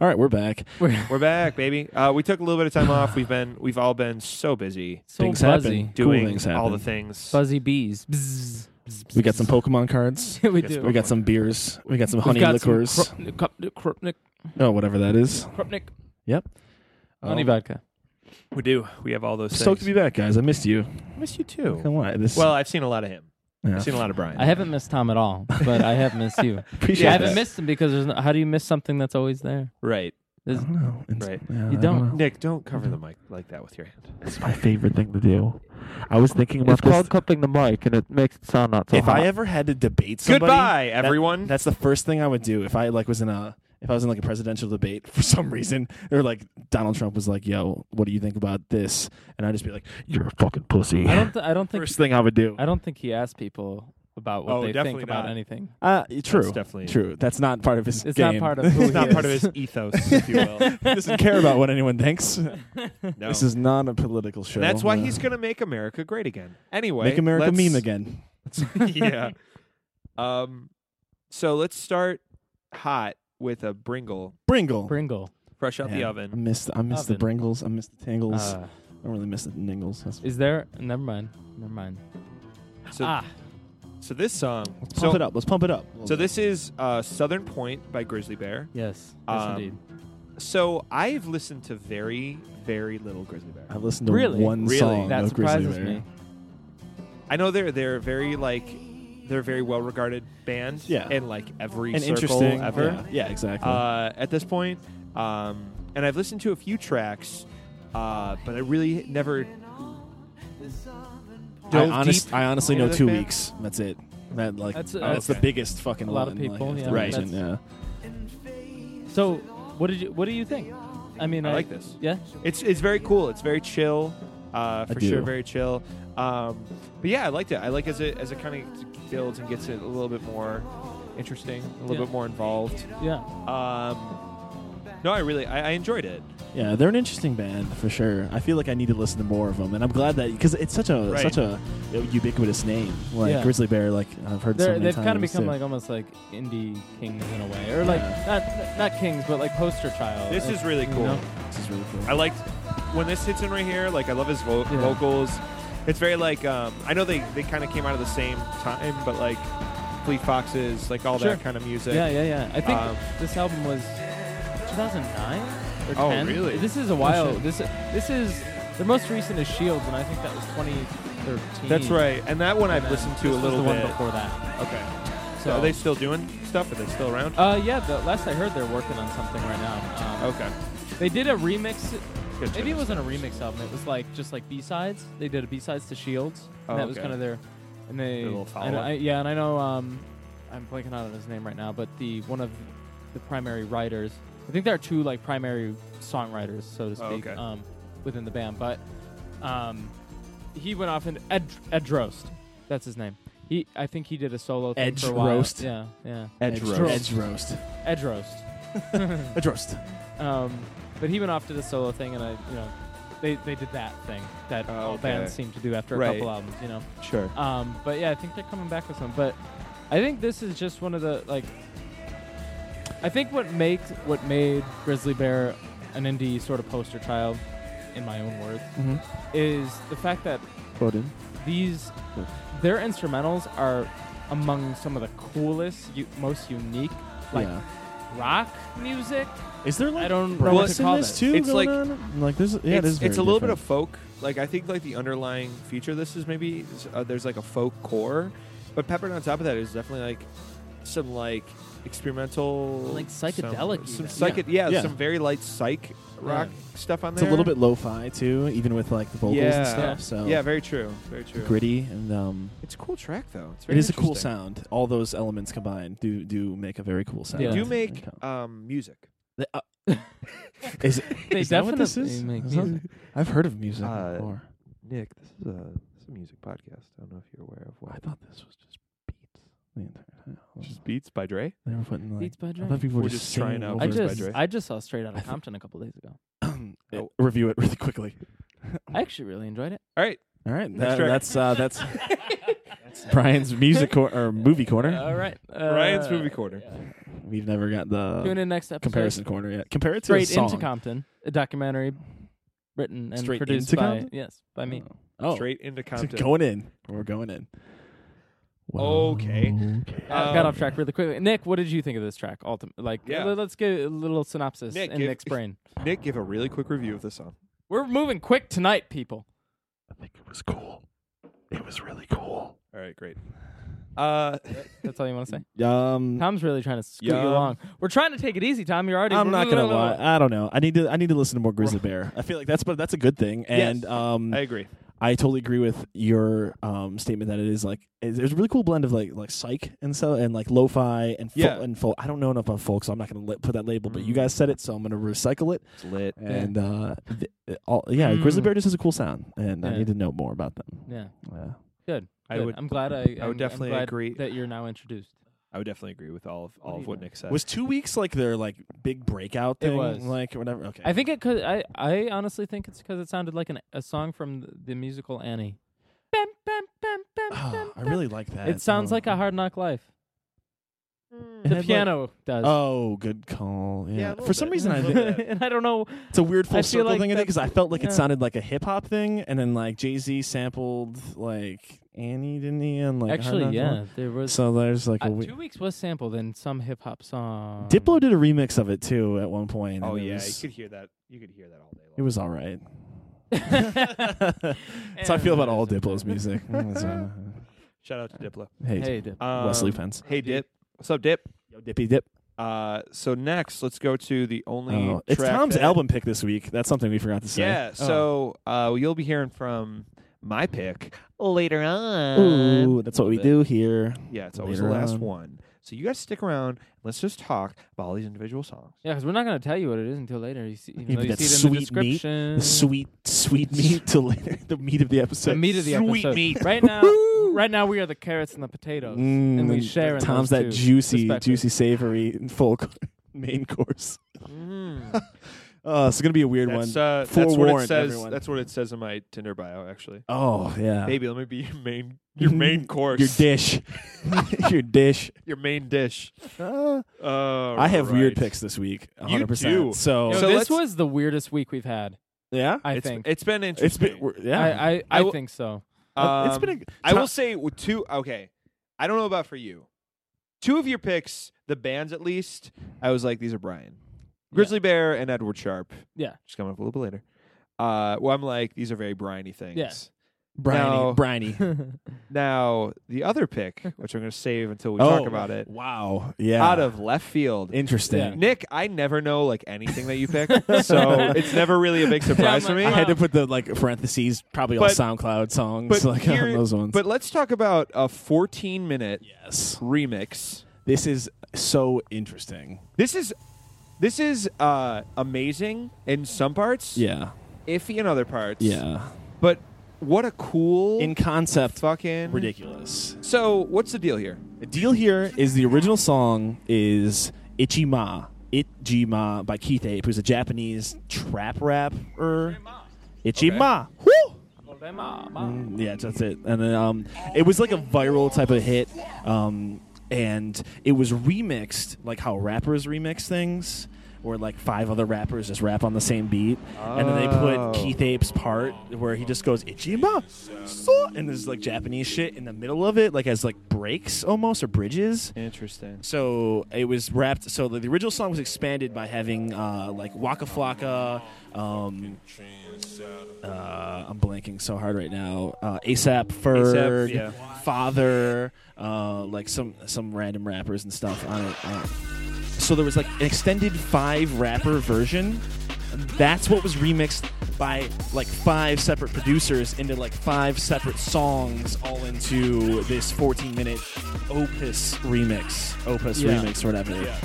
All right, we're back. We're back, baby. Uh, we took a little bit of time off. We've been we've all been so busy So things buzzy. happen. doing cool things happen. all the things. Buzzy bees. Bzz, bzz, bzz, We got some bzz. Pokemon cards. we Yes, do. We got some beers. We got some We've honey got some liquors. Krup- Krup- Krupnik. oh, whatever that is. Krupnik. Yep. Honey Um, vodka. We do. We have all those Stoked to things. be back, guys. I missed you. I miss you Not gonna too. lie, This, Well, I've seen a lot of him. yeah. I've seen a lot of Brian. I haven't missed Tom at all, but I have missed you. appreciate I haven't that. missed him because there's no, how do you miss something that's always there? Right. I There's- don't know. It's- Right. yeah, I You don't. don't. know. Nick, don't cover the mic like that with your hand. It's my favorite thing to do. I was thinking about It's this. called clipping the mic, and it makes it sound not so if hot. I ever had to debate somebody, Goodbye, that- everyone. that's the first thing I would do. If I like was in a if I was in like a presidential debate for some reason, or like Donald Trump was like, "Yo, what do you think about this?" and I'd just be like, You're a fucking pussy. I don't. Th- I don't think. First thing I would do. I don't think he asked people about what Oh, they think definitely about not. anything. "Uh, true, That's definitely true. That's not part of his. It's game. not part of who It's he not is. part of his ethos, if you will. he doesn't care about what anyone thinks. No. This is not a political show. And that's why Yeah. he's going to make America great again. Anyway, make America let's- meme again. yeah. Um. So let's start hot with a Bringle Bringle. Pringle. fresh out the Yeah. I oven. missed. I missed the Oven. Bringles. I missed the Tingles. Uh, I don't really miss the Ningles. That's, is there? Never mind. Never mind. So, ah, so this song. Mm. let's So, pump it up. Let's pump it up. so this is uh, Southern Point by Grizzly Bear. yes, yes, Um, indeed. So I've listened to very, very little Grizzly Bear. I listened to Really? one Really? song. That of Grizzly surprises Bear. me. I know they're they're very like they're a very well regarded band. Yeah. In like every and circle interesting ever. Yeah, yeah, exactly. uh, at this point. Um, and I've listened to a few tracks, uh, but I really never. I, dove honest, deep I honestly into know this two band? weeks. That's it. That like that's, That's- uh, the okay. biggest fucking A lot of one, people, like, yeah, right? that's- Yeah. So, what did you? What do you think? I mean, I like this. Yeah, It's it's very cool. It's very chill, uh, for do. sure. Very chill. Um, but yeah, I liked it. I like as it as it kind of builds and gets it a little bit more interesting, a little Yeah. bit more involved. yeah. Um, no, I really I, I enjoyed it. Yeah, they're an interesting band for sure. I feel like I need to listen to more of them, and I'm glad that because it's such a Right. such a ubiquitous name, like Yeah. Grizzly Bear. Like I've heard so They're, many they've times. kind of become too. like almost like indie kings in a way, or like not not kings, but like poster child. This Like, is really you cool. know? This is really cool. I liked when this hits in right here. Like I love his vo- Yeah. vocals. It's very like um, I know they, they kind of came out of the same time, but like Fleet Foxes, like all Sure. that kind of music. Yeah, yeah, yeah. I think Um, this album was 2009 or Oh, 10. really? This is a while. This this is the most recent is Shields, and I think that was 2013. that's right. And that one And I've then listened to this a was little the bit. one before that. Okay. So So are they still doing stuff? Are they still around? Uh, yeah. The last I heard, they're working on something right now. Um, okay. They did a remix. Good Maybe it choice. wasn't a remix album. It was like just like B sides. They did a B sides to Shields. Oh, and that was okay. kind of their. And they. Their little and follow-up. I- yeah, and I know. Um, I'm blanking out on his name right now, but the one of the primary writers. I think there are two like primary songwriters, so to Oh, speak, okay. um, within the band. But um, he went off and Ed, Ed Roast. That's his name. He, I think he did a solo thing Edge for a while. Roast? Yeah, yeah. Edge roast. Edge roast. Edge Roast. Edge roast. Um, but he went off to the solo thing, and I, you know, they, they did that thing that Oh, all okay. bands seem to do after a Right. couple albums, you know. Sure. Um, but yeah, I think they're coming back with some. But I think this is just one of the like. I think what makes what made Grizzly Bear an indie sort of poster child, in my own words, Mhm. is the fact that Bowden. these their instrumentals are among some of the coolest, u- most unique, like yeah. rock music. Is there like I don't know brass what to in call this that. too? It's going like- on? like this. Yeah, it it's, is very it's a little bit different. of folk. Like I think like the underlying feature of this is maybe is, uh, there's like a folk core, but peppered on top of that is definitely like some like experimental, Like some, psychedelic even. some psych, yeah, Yeah. some very light psych rock stuff on It's there. a little bit lo-fi too, even with like the vocals Yeah. and stuff. So yeah, very true, very true. gritty and um, It's a cool track though. It's it very is a cool interesting. sound. All those elements combined do do make a very cool sound. Yeah. They do Like, make um, um, music. The- uh, is They is that what this definitely is? make Is that- music. I've heard of music Uh, before. Nick, this is a this is a music podcast. I don't know if you're aware of I thought this was just beats. The entire time. Beats by Dre. They were putting like. Beats by I Dre. thought people were We're just just trying singing out over I Beats by it. just Dre. I just saw Straight Outta I thi- Compton a couple days ago. Yeah, review it really quickly. I actually really enjoyed it. All right, All right, Next that, track. that's uh, that's that's Brian's music cor- or movie corner. All right, uh, Ryan's movie corner. We've never got the Tune in next episode. Uh, comparison corner yet. Compare it to a Straight song. into Compton, a documentary written and Straight produced into by Compton? yes by me. Oh, Straight into Compton. going in. We're going in. Okay. Okay. Uh, Um, got off track really quickly. Nick, what did you think of this track? Ultimately, like, Yeah. l- let's get a little synopsis Nick, in give- Nick's brain. Nick, give a really quick review of this song. We're moving quick tonight, people. I think it was cool. It was really cool. All right, great. Uh, That's all you want to say. Um, Tom's really trying to scoot Yeah. you along. We're trying to take it easy, Tom. You're already. I'm not gonna lie. I don't know. I need to. I need to listen to more Grizzly Bear. I feel like that's but that's a good thing. And Yes. um, I agree. I totally agree with your um, statement that it is like it's, it's a really cool blend of like like psych and so and like lo-fi and fol- Yeah. and folk. I don't know enough about folk, so I'm not going to put that label. But you Mm. guys said it, so I'm going to recycle it. It's lit. And uh, th- it all, yeah, Grizzly Mm. Bear just has a cool sound, and I Yeah. need to know more about them. Yeah, Yeah. good. I good. would- I'm glad. I. would I'm- I'm definitely glad agree. that you're now introduced. I would definitely agree with all of all of what Nick said. Was two weeks like their like big breakout It thing? was. like or whatever. Okay, I think it could. I I honestly think it's because it sounded like an, a song from the, the musical Annie. Bam, bam, bam, bam, bam, Ah, I bam. really like that. It sounds Oh. like a Hard Knock Life. It The had, like- piano does. oh, good call. a Yeah. little For some bit. reason, I think and I don't know. It's a weird full I feel circle like thing I did that's- because I felt like yeah. it sounded like a hip hop thing, and then like Jay Z sampled like Annie, didn't he? And like Hard Actually, Knock yeah, Life? there was. So there's like uh, a we- two weeks was sampled in some hip hop song. Diplo did a remix of it too at one point. oh and it yeah, was, you could hear that. You could hear that all day long. it was all right. That's how I feel about all Diplo's music. So, Shout out to Diplo. hey, Hey, Dip. Um, Wesley Pence, Hey Dip. What's up, Dip? Yo, Dippy Dip. Uh, so next, let's go to the only. Oh, it's track Tom's that- album pick this week. That's something we forgot to say. Yeah. Oh. So uh, you'll be hearing from my pick. Later on. Ooh, that's what we bit. do here. Yeah, it's always the Later last on. one. So you guys stick around. Let's just talk about all these individual songs. Yeah, because we're not gonna tell you what it is until later. You see, even Even though you that see it in the sweet meat, description. The sweet, sweet meat to later, the meat of the episode. the meat of the sweet episode. meat. Right now, right now we are the carrots and the potatoes, Mm, and we and share. in Tom's those that two juicy, perspectives. juicy, savory and full co- main course. Mm. Uh, it's gonna be a weird That's, one. uh, that's what it Forewarned, says. everyone. That's what it says in my Tinder bio, actually. Oh yeah, Mm-hmm. Baby, let me be your main your main course. your dish, your dish. Your main dish. Uh, All I have weird right. picks this week. You 100%. do. So Yo, So this let's- was the weirdest week we've had. yeah, I It's- think. it's been interesting. it's been we're- yeah. I, I, I I will- think so. Uh, it's been. A, Um, I will Tom- say with two. Okay, I don't know about for you. Two of your picks, the bands at least, I was like, these are Brian, Grizzly Bear, and Edward Sharp. Yeah. just coming up a little bit later. Uh, well, I'm like, these are very briny things. Yeah. briny, No. briny. Now the other pick, which I'm going to save until we Oh, talk about it, Wow. Yeah. out of left field. interesting. Yeah. Nick, I never know like anything that you pick, so it's never really a big surprise Yeah, for me. I had to put the like parentheses, probably all But- SoundCloud songs, but like here- on those ones. But let's talk about a 14 minute yes, remix. this is so interesting. This is this is uh, amazing in some parts, Yeah. iffy in other parts. Yeah. But what a cool In concept, fucking ridiculous. So what's the deal here? The deal here is the original song is Ichi Ma, Ichi Ma by Keith Ape, who's a Japanese trap rapper. Ichi Ma. Woo! Mm, Yeah, that's it. And then um, it was like a viral type of hit, um, and it was remixed like how rappers remix things, where like five other rappers just rap on the same beat, and then they Oh. put Keith Ape's part where he just goes Ichima, so, and there's like Japanese shit in the middle of it, like as like breaks almost or bridges. Interesting. So it was wrapped. So the, the original song was expanded by having uh, like Waka Flocka. Um, uh, I'm blanking so hard right now. Uh, ASAP Ferg, A$AP, yeah. Father, uh, like some some random rappers and stuff on it. Uh, so there was like an extended five rapper version. That's what was remixed by like five separate producers into like five separate songs, all into this 14 minute opus remix, opus Yeah. remix, or whatever.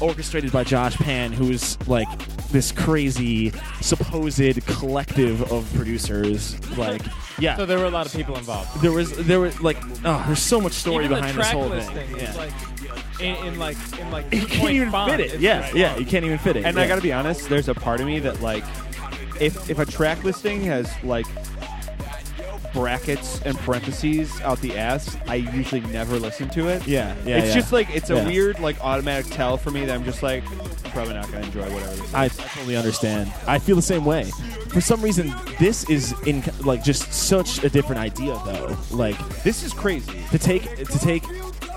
Orchestrated by Josh Pan, who's like this crazy supposed collective of producers. Like, yeah, So there were a lot of people involved. there was there was like, oh, there's so much story Even the behind this track whole list thing. is, yeah. like in, in like in like you can't even fit it. Yeah, yeah, you can't even fit it. And I Yeah. gotta be honest, there's a part of me that like, if if a track listing has like brackets and parentheses out the ass, I usually never listen to it. Yeah, yeah. it's yeah. just like it's a Yeah. weird like automatic tell for me that I'm just like I'm probably not gonna enjoy whatever this is. I totally understand. I feel the same way. For some reason, this is in like just such a different idea though. Like This is crazy. to take to take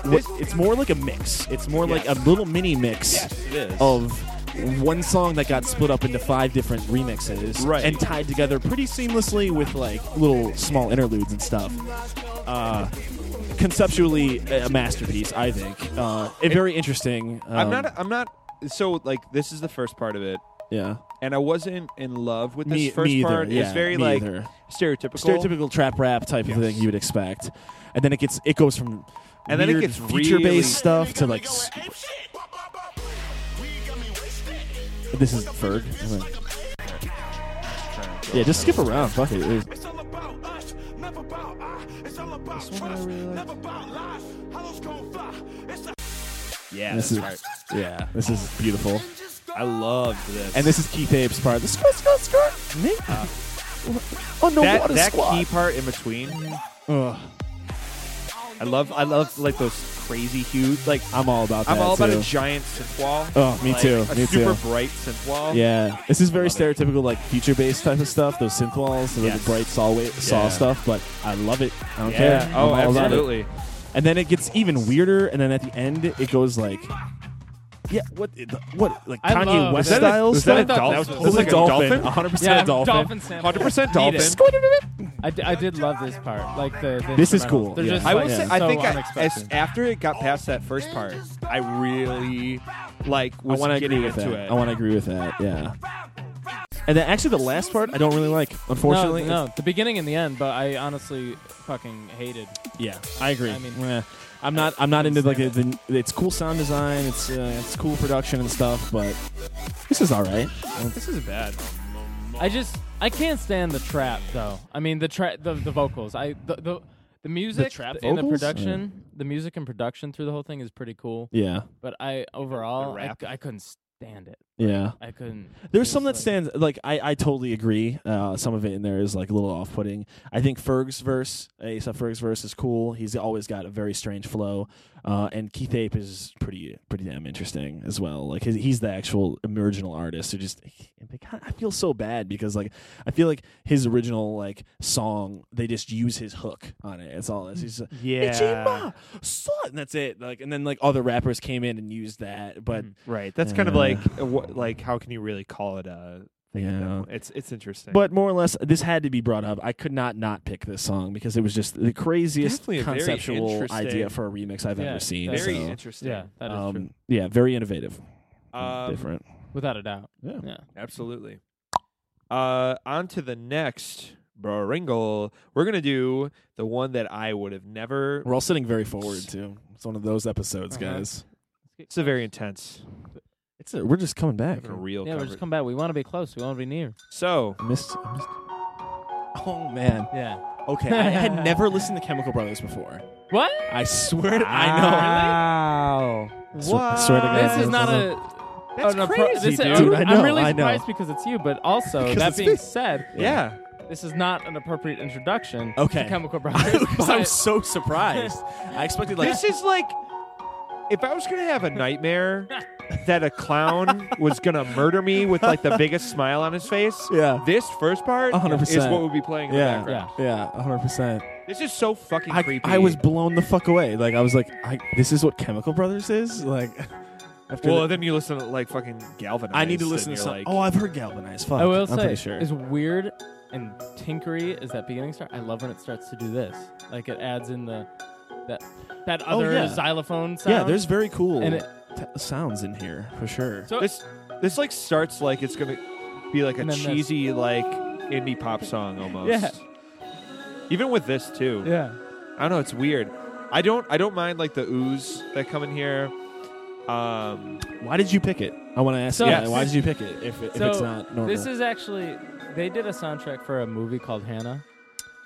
what, it's more like a mix. It's more like a little mini mix it is. Oh, of one song that got split up into five different remixes Right. and tied together pretty seamlessly with like little small interludes and stuff. Uh, conceptually, a a masterpiece, I think. Uh, and very interesting. I'm um, not I'm not so like this is the first part of it. yeah. And I wasn't in love with this Me- first me either, part. yeah, it's very me like either. stereotypical. stereotypical trap rap type of thing you would expect, and then it gets it goes from And then it weird gets feature based really- stuff to like s- this is Ferg. Isn't it? Yeah, just skip around. Fuck it. There's- Yeah, this that's is right. yeah, this is beautiful. I loved this. And this is Keith Abe's part. The skirt, skirt, skirt. Nigga. oh no, that, water that squad. key part in between. Ugh, I love I love like those crazy huge like I'm all about that. I'm all about too. a giant synth wall. Oh, me Like, too, A me super too. bright synth wall. Yeah, this is very Love it. stereotypical, like feature based type of stuff. Those synth walls, the Yes. bright saw wa- saw Yeah. stuff. But I love it. I don't Yeah. care. Oh, I'm all about it. absolutely. And then it gets even weirder. And then at the end, it goes like, yeah, what, what, like I Kanye love West that. Is that a- style is that a stuff? dolphin? That was Is totally that like a dolphin. dolphin? 100% Yeah, dolphin. dolphin sample. 100% Eat it. dolphin. I, d- I did love this part. Like the, the This is instrumentals. cool, They're yeah. just I will like, say, so I think I, as, unexpected. after it got past that first part, I really like I was want to getting agree with into that. it. I want to agree with that. Yeah. And then actually, the last part I don't really like. Unfortunately, no, no, the beginning and the end. But I honestly fucking hated. Yeah, I agree. I mean- Yeah. I'm not. I'm not into like the, the. It's cool sound design. It's uh, it's cool production and stuff. But this is all right. This is bad. I just I can't stand the trap though. I mean the trap the, the vocals. I the the, the music trap and the vocals? production, the music and production through the whole thing is pretty cool. Yeah. But I overall I, rap. I couldn't stand it. Yeah. I couldn't. There's it some that was like- stands like I, I totally agree. Uh, some of it in there is like a little off putting. I think Ferg's verse, ASAP Ferg's verse is cool. He's always got a very strange flow, uh, and Keith Ape is pretty pretty damn interesting as well. Like his, he's the actual original artist who just God, I feel so bad because like I feel like his original like song they just use his hook on it. It's all it's just Ichima, son, and that's it. Like and then like other rappers came in and used that, but Hmm. Right. That's kind of Yeah. like uh, what, like how can you really call it a thing? at that Yeah. point? It's it's interesting. But more or less, this had to be brought up. I could not not pick this song because it was just the craziest Definitely a very conceptual interesting- idea for a remix I've Yeah, ever seen. very so, interesting. Yeah, that is true. um, yeah, very innovative, Um, different. Without a doubt. Yeah. Yeah. Absolutely. Uh, on to the next Bringle. We're gonna do the one that I would have never. We're all sitting very forward too. It's one of those episodes, Uh-huh. guys. It's a very intense. It's a, we're just coming back. Having a real Yeah, we're cover. just come back. We want to be close. We want to be near. so I missed, I missed. Oh man. Yeah. Okay, I had never listened to Chemical Brothers before. What? I swear, to, Ah, I Wow. know. Swear- swear to God, This is this not is a. That's Oh, an appro- crazy, this is- dude. Dude, I know, I'm really I know. surprised because it's you, but also Because that it's being me. said, yeah. this is not an appropriate introduction. Okay. To Chemical Brothers. because I'm but- so surprised. I expected like this is like if I was gonna have a nightmare that a clown was gonna murder me with like the biggest smile on his face. Yeah. This first part 100%. is what would be playing in the yeah, background. yeah, 100. percent This is so fucking I, creepy. I was blown the fuck away. Like I was like, I, this is what Chemical Brothers is. Like after Well, the- then you listen to like fucking Galvanized. I need to and listen to you're some. Like, oh, I've heard Galvanized. Fuck, I will am say, pretty sure. as weird and tinkery as that beginning start, I love when it starts to do this. Like it adds in the that that Oh, other yeah. xylophone sound. yeah, there's very cool And it- t- sounds in here for sure. so this this like starts like it's gonna be like a And then this. cheesy like indie pop song almost. Yeah. Even with this too. yeah. I don't know. It's weird. I don't. I don't mind like the ooze that come in here. Um, why did you pick it? I want to ask So- you. Yes. that. Why did you pick it? If, it- if So, it's not normal, This is actually they did a soundtrack for a movie called Hannah,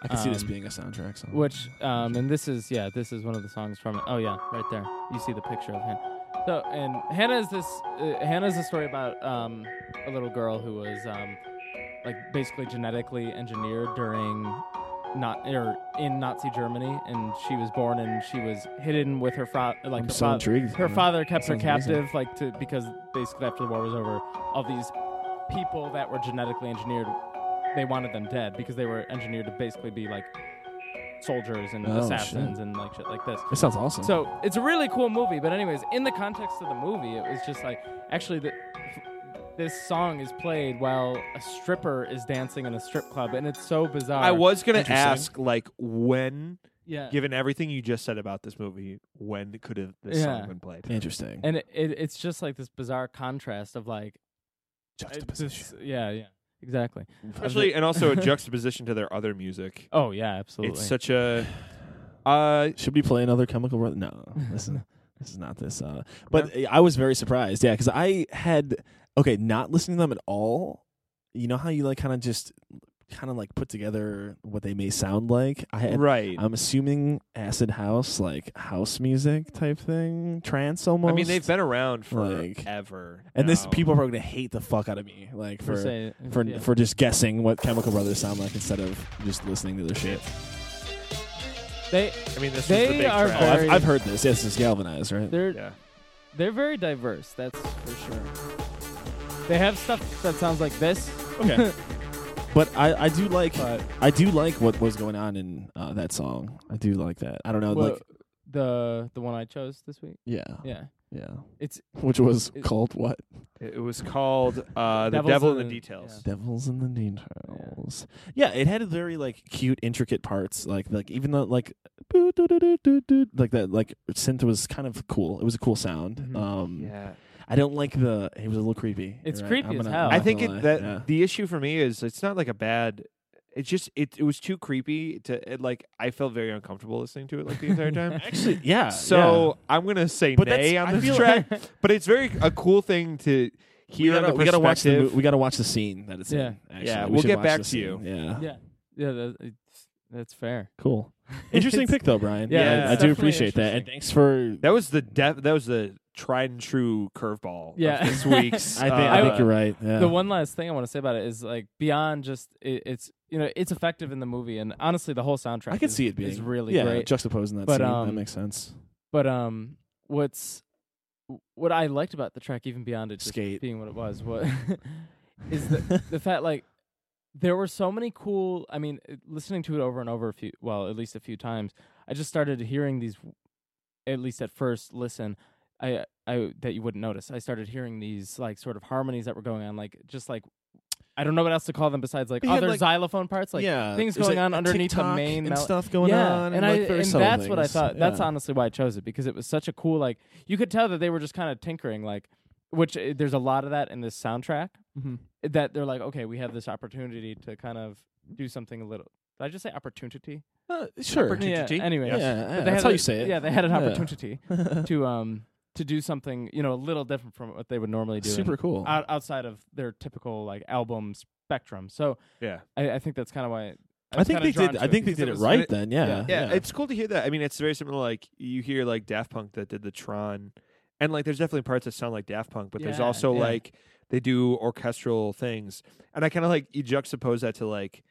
I can see this um, being a soundtrack song. which um and this is yeah, this is one of the songs from it. Oh yeah, right there. You see the picture of Hannah. So and Hannah is this uh, Hannah is a story about um a little girl who was um like basically genetically engineered during not or in Nazi Germany, and she was born and she was hidden with her father. Like I'm her so fa- intrigued. Her Yeah. father kept her Sounds amazing. captive, like to because basically after the war was over, all these people that were genetically engineered, they wanted them dead because they were engineered to basically be like soldiers and Oh, assassins and like shit like this. It sounds awesome. So it's a really cool movie. But anyways, in the context of the movie, it was just like actually the, this song is played while a stripper is dancing in a strip club, and it's so bizarre. I was gonna Interesting. ask, like, when, yeah. given everything you just said about this movie, when could have this Yeah. song been played? interesting. and it, it, it's just like this bizarre contrast of like it's Juxtaposition. this- yeah yeah exactly Especially, and also a juxtaposition to their other music. oh yeah absolutely It's such a. Uh, Should we play another chemical Ro- No, this is this is not this. Uh, but I was very surprised. Yeah, because I had okay, not listening to them at all. You know how you like kind of just kind of like put together what they may sound like. I had, right. I'm assuming acid house, like house music type thing, trance almost. I mean, they've been around Like- forever. and this now. people are probably gonna hate the fuck out of me, like for for say, for yeah. for just guessing what Chemical Brothers sound like instead of just listening to their shit. they I mean, this they was the big are track. Oh, I've, Very- I've heard this. Yes, it's galvanized, right? they're Yeah. they're very diverse that's for sure they have stuff that sounds like this Okay. but I, I do like but I do like what was going on in uh, that song. I do like that. I don't know, well, Uh, like the the one I chose this week yeah, yeah, yeah it's Which was It- called what? It was called uh, "The Devils Devil in in the the- Details." Devils in the Details. Yeah. it had very like cute, intricate parts. Like like even though like boo, doo, doo, doo, doo, doo, like that like synth was kind of cool. It was a cool sound. Mhm. Um, Yeah, I don't like the. It was a little creepy. It's You're creepy I'm as gonna- hell. I'm I I not think gonna it, lie. that Yeah. the issue for me is it's not like a bad. It's just it it was too creepy to it, like I felt very uncomfortable listening to it like the entire time. actually yeah. yeah. So I'm gonna say But that's- nay on I this feel track, but it's very a cool thing to we hear. gotta, the we gotta watch the mo- perspective. we gotta watch the scene that it's Yeah. in. Actually. Yeah, We we'll should get watch back the to you. scene. Yeah, yeah yeah that, it's, that's fair Cool. Interesting pick though, Brian. Yeah, Yeah, it's I, I do definitely appreciate that. And thanks for That was the de- that was the tried and true curveball. Yeah. of this week's. I think, uh, I think I- you're right. Yeah. the one last thing I want to say about it is like beyond just it, it's you know it's effective in the movie and honestly the whole soundtrack I could is, see it being is really yeah, great. Juxtaposing that But, scene, that um, makes sense. but um, what's what I liked about the track even beyond it just Skate. being what it was what is the the fact like there were so many cool I mean it- listening to it over and over a few well at least a few times I just started hearing these at least at first listen I I that you wouldn't notice I started hearing these like sort of harmonies that were going on like just like I don't know what else to call them besides like But you had, other like- xylophone parts like yeah, things there's, going like, on a underneath the TikTok main and mel- stuff going yeah, on, and, like, I very and subtle that's what I things. thought. That's Yeah. honestly why I chose it because it was such a cool like you could tell that they were just kind of tinkering like which uh, there's a lot of that in this soundtrack Mm-hmm. that they're like okay we have this opportunity to kind of do something a little did I just say opportunity Uh, sure. Yeah, anyway Yeah, yeah, But they that's had how a- you say it. yeah they had an Yeah. opportunity to um to do something you know a little different from what they would normally do and Super cool. out, outside of their typical like album spectrum so yeah. I, I think that's kind of why I, I think they did. I think they did it right it- then. Uh, Yeah. yeah, yeah, it's cool to hear that. I mean, it's very similar. Like you hear like Daft Punk that did the Tron, and like there's definitely parts that sound like Daft Punk, but there's Yeah, also yeah. like they do orchestral things, and I kind of like you juxtapose that to like,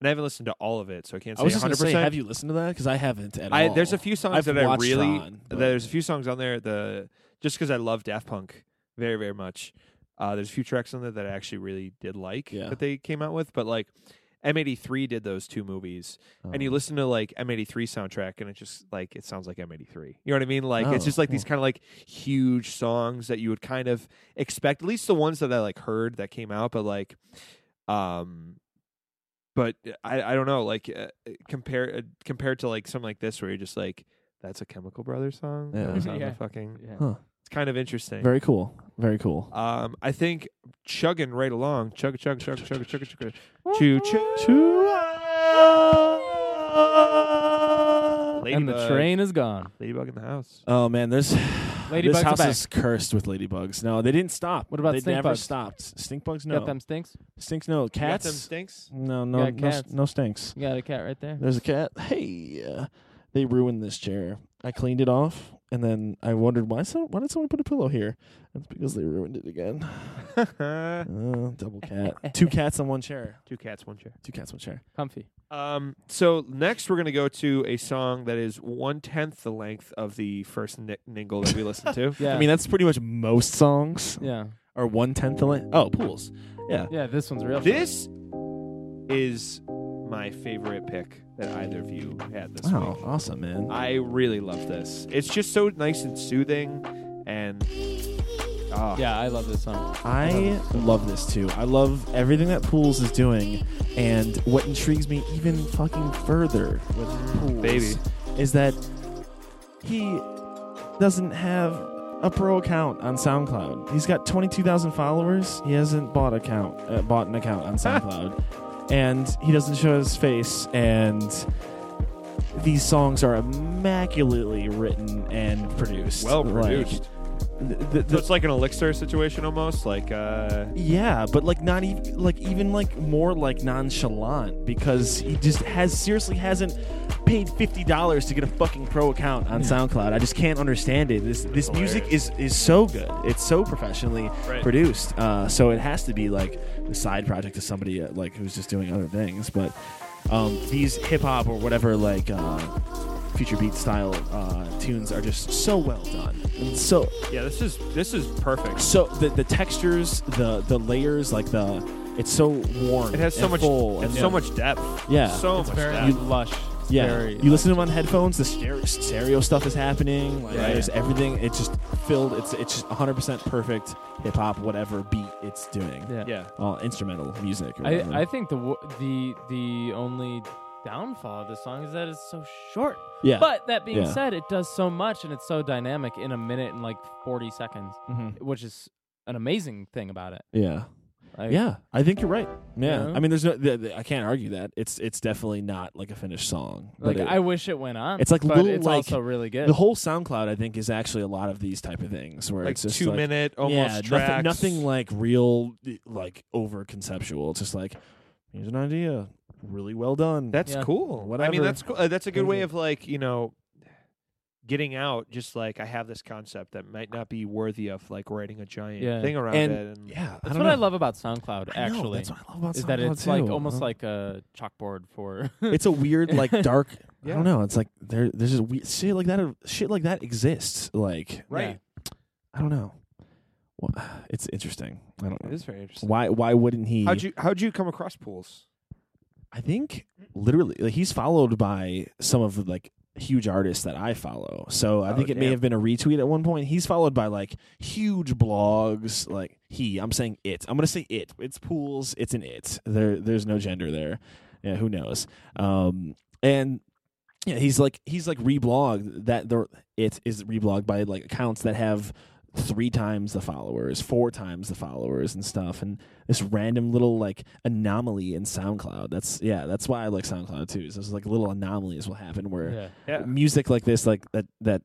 and I haven't listened to all of it, so I can't I say was just gonna 100. say, have percent you listened to that? Because I haven't at I all. there's a few songs I've that I watched really Tron, but- there's a few songs on there the just because I love Daft Punk very very much. Uh, there's a few tracks on there that I actually really did like Yeah. that they came out with, but like M83 did those two movies and you Oh. listen to like M83 soundtrack and it just like it sounds like M83. You know what I mean? Like it's Oh, just like these cool. kind of like huge songs that you would kind of expect at least the ones that I like heard that came out but like um but uh, I I don't know like uh, compare uh, compared to like something like this where you're just like that's a Chemical Brothers song. That Yeah. was on Yeah. the fucking yeah. It's kind of interesting. very cool. Very cool. um I think chugging right along chug chug chug chug chug chug chug chug and the Ladybug. train is gone. Ladybug in the house. Oh man, there's Ladybugs this are house back. is cursed with ladybugs. No, they didn't stop. What about they stink never bugs? stopped? Stink bugs? You No. Got them stinks. Stinks? No. Cats? them stinks. no, no, Yeah, no, cats. no stinks. You got a cat right there. There's a cat. Hey, uh, they ruined this chair. I cleaned it off. and then I wondered why so why did someone put a pillow here? That's because they ruined it again. Uh, double cat, two cats on one chair, Two cats, one chair. two cats one chair. Comfy. Um, so next we're gonna go to a song that is one tenth the length of the first ni- ningle that we listened to. Yeah. I mean that's pretty much most songs yeah. are one tenth the length. Oh, pools. Yeah, Yeah, this one's real. This is my favorite pick that either of you had this Wow, week. awesome, man. I really love this. It's just so nice and soothing, and ah, yeah, I love this song. I love this too. I love everything that Pools is doing, and what intrigues me even fucking further with Pools, Baby. is that he doesn't have a pro account on SoundCloud. He's got twenty-two thousand followers. He hasn't bought account, uh, bought an account on SoundCloud, and he doesn't show his face. And these songs are immaculately written and produced. well Like, produced. th- th- so th- it's like an elixir situation almost. Like uh, yeah, but like not even like even like more like nonchalant because he just has seriously hasn't paid fifty dollars to get a fucking pro account on SoundCloud. I just can't understand it. This this music is is so good. It's so professionally Right. produced. Uh, so it has to be like the side project of somebody uh, like who's just doing other things. But um, these hip hop or whatever like. Uh, Future beat style uh, tunes are just so well done, and so yeah, this is this is perfect. so the the textures, the the layers, like the it's so warm. It has so and much, full it's and so much depth. Yeah, so It's much very depth. lush. It's yeah. Very, you listen to them on headphones. The stereo, stereo stuff is happening. Like Yeah, there's everything. It's just filled. It's it's just 100 percent perfect hip hop, whatever beat it's doing. Yeah. Yeah, All instrumental music. or whatever. I, I think the wo- the the only downfall of this song is that it's so short. yeah. But that being Yeah. said, it does so much and it's so dynamic in a minute and like 40 seconds, mm-hmm. Mhm. which is an amazing thing about it. yeah. Like, Yeah, I think you're right. Yeah, Yeah. I mean, there's no, th- th- I can't argue that it's it's definitely not like a finished song. but Like it- I wish it went on. it's like but little, it's like, also really good. the whole SoundCloud, I think, is actually a lot of these type of things where like it's just two like, minute almost yeah, tracks. Nothing, nothing like real, like over conceptual. It's just like here's an idea, really well done. That's Yeah. cool. I mean, Whatever. that's cool. Uh, that's a good way Crazy. of like you know, getting out. Just like I have this concept that might not be worthy of like writing a giant Yeah. thing around And- it. And yeah, that's I what don't I know. love about SoundCloud I know, actually. that's what I love about is that SoundCloud, it's like too. almost Uh, like a chalkboard for it's a weird like dark. I Yeah. don't know. It's like there, there's just weird shit like that. Shit like that exists. Like right. I don't know. Well, it's interesting. I don't It know. is very interesting. Why? Why wouldn't he? How'd you how'd you come across pools? I think literally like, he's followed by some of like huge artists that I follow. So I Oh, think it may damn. have been a retweet at one point. He's followed by like huge blogs. Like he, I'm saying it. I'm gonna say it. It's pools. It's an it. There, there's no gender there. Yeah, who knows? Um, and yeah, he's like he's like reblogged that the it is reblogged by like accounts that have three times the followers, four times the followers and stuff and this random little like anomaly in SoundCloud. That's yeah, that's why I like SoundCloud too. Is those like little anomalies will happen where yeah. Yeah. music like this like that that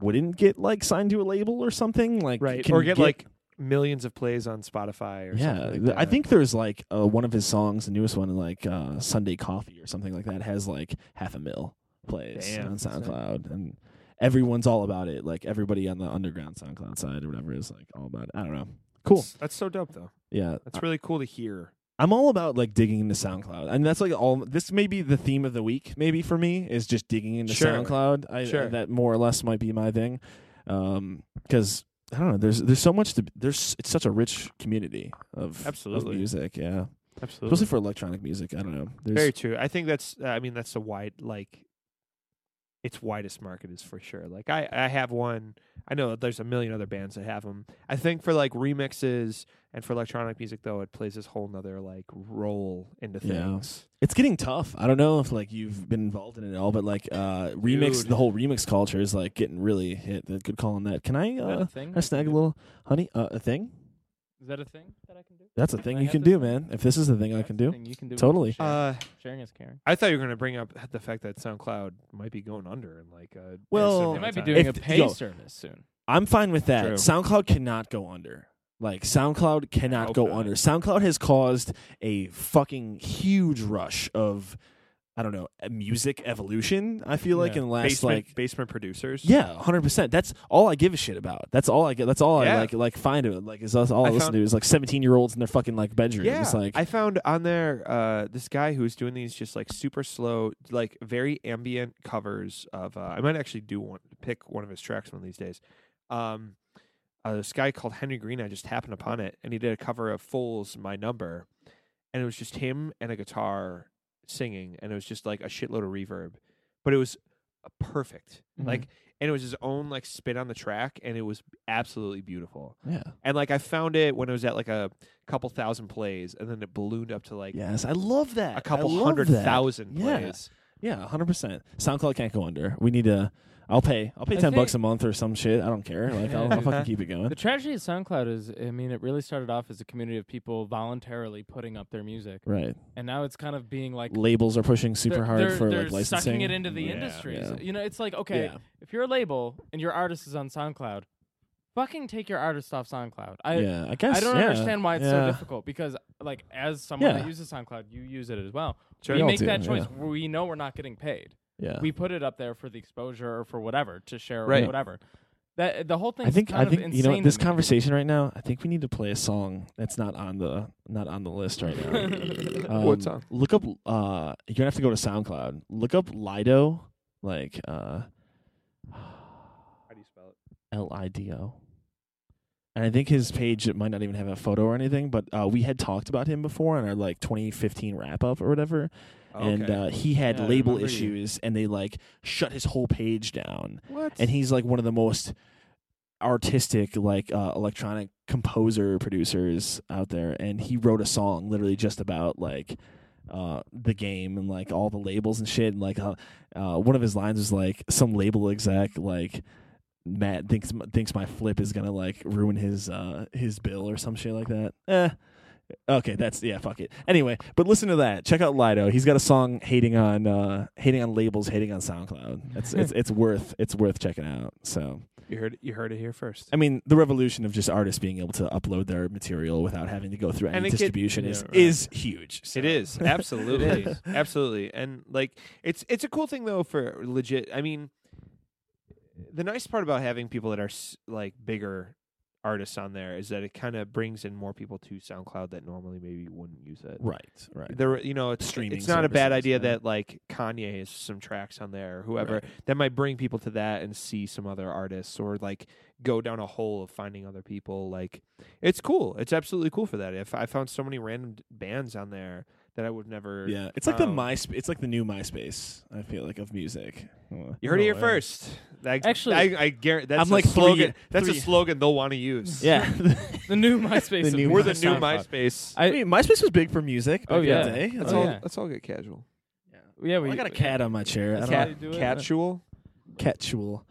wouldn't get like signed to a label or something like Right. can Or get, like millions of plays on Spotify or yeah, something. th- like I that. think there's like uh, one of his songs, the newest one, like uh, Sunday Coffee or something like that, has like half a mil plays Damn, on that's it. SoundCloud, and everyone's all about it. Like everybody on the underground SoundCloud side or whatever is like all about it. I don't know. Cool. that's so dope though. Yeah, That's really cool to hear. I'm all about like digging into SoundCloud, and that's like all. This may be the theme of the week, maybe for me, is just digging into Sure. SoundCloud. I, Sure. that more or less might be my thing, because I don't know. There's there's so much to there's it's such a rich community of of Absolutely. music. Yeah, Absolutely. especially for electronic music. I don't know. There's, Very true. I think that's. I mean, that's the wide like. Its widest market is for sure. Like I, I have one. I know that there's a million other bands that have them. I think for like remixes and for electronic music though, it plays this whole nother like role into Yeah. things. it's getting tough. I don't know if like you've been involved in it at all, but like uh, remix, Dude. the whole remix culture is like getting really hit. Good call on that. Can I Is uh, that a thing? can I snag a little honey? Uh, a thing? Is that a thing that I can do? That's a I thing you have can this do, one? man. If this is the thing I That's can the do. thing you can do. Totally. Sharing, Uh, sharing is caring. I thought you were gonna bring up the fact that SoundCloud might be going under and like uh, Well- They Long might be time. doing If- a pay yo. service soon. I'm fine with that. True. SoundCloud cannot go under. Like SoundCloud cannot hope go not. under. SoundCloud has caused a fucking huge rush of I don't know, music evolution, I feel like, Yeah. in the last basement, like basement producers. yeah, hundred percent. That's all I give a shit about. That's all I get. That's all I Yeah. like. Like find it. Like is that's all I, I listen found- to is like seventeen year olds in their fucking like bedroom. Yeah, It's like I found on there uh, this guy who was doing these just like super slow, like very ambient covers of. Uh, I might actually do one, pick one of his tracks one of these days. Um, uh, this guy called Henry Green. I just happened upon it, and he did a cover of "Fools My Number," and it was just him and a guitar singing, and it was just like a shitload of reverb, but it was perfect. Mm-hmm. Mhm. Like, and it was his own like spin on the track, and it was absolutely beautiful. yeah, And like I found it when it was at like a couple thousand plays, and then it ballooned up to like yes, I love that. a I couple love hundred that. thousand Yeah. plays. Yeah, hundred percent. SoundCloud can't go under. We need to. I'll pay. I'll pay I ten bucks a think- month or some shit. I don't care. Like I'll, I'll fucking keep it going. The tragedy of SoundCloud is, I mean, it really started off as a community of people voluntarily putting up their music, Right. and now it's kind of being like Labels are pushing super they're- hard they're, for they're like licensing. sucking it into the Yeah, industry. yeah. You know, it's like okay, Yeah. if you're a label and your artist is on SoundCloud, fucking take your artist off SoundCloud. I yeah, I guess. I don't yeah, understand why it's yeah. so difficult because like as someone Yeah. that uses SoundCloud, you use it as well. Sure. we We all make do, that choice. yeah. We know we're not getting paid. Yeah. We put it up there for the exposure or for whatever to share or Right. whatever. That the whole thing. I think kind I think of you know insane what, this to me. conversation right now. I think we need to play a song that's not on the not on the list right now. um, What song? Look up. Uh, you're gonna have to go to SoundCloud. Look up Lido, like uh, How do you spell it? L I D O. And I think his page it might not even have a photo or anything, but uh, we had talked about him before on our like 2015 wrap up or whatever, Oh, and uh, he had Yeah, I label remember you. issues, and they like shut his whole page down what? and he's like one of the most artistic like uh, electronic composer producers out there and he wrote a song literally just about like uh, the game and like all the labels and shit and like uh, uh, one of his lines was like some label exec like Matt thinks thinks my flip is gonna like ruin his uh his bill or some shit like that. Eh. Okay, that's yeah, fuck it. Anyway, but listen to that. Check out Lido. He's got a song hating on uh hating on labels, hating on SoundCloud. It's it's it's worth it's worth checking out. So you heard you heard it here first. I mean, the revolution of just artists being able to upload their material without having to go through any And it get- distribution yeah, is right. is huge. So. It is absolutely, It is. absolutely, and like it's it's a cool thing though for legit. I mean, the nice part about having people that are s- like bigger artists on there is that it kind of brings in more people to SoundCloud that normally maybe wouldn't use it. Right, right. there you know it's Streaming it's not a bad services, idea yeah. that like Kanye has some tracks on there or whoever that might bring people to that and see some other artists or like go down a hole of finding other people like it's cool it's absolutely cool for that if I found so many random d- bands on there that I would never Yeah, it's like the found. my it's like the new MySpace. I feel like of music. you heard it here No way. first That- Actually- I, I guarantee that's I'm a like slogan three- that's three- a slogan they'll want to use Yeah, The new MySpace. The of new we're the MySpace. new SoundCloud. MySpace I I- mean, MySpace was big for music. Back Oh, in yeah. the day. That's Oh, all. yeah. let's all get casual Yeah, we I got a cat on my chair. I don't Cat- know. do it. casual Catchual.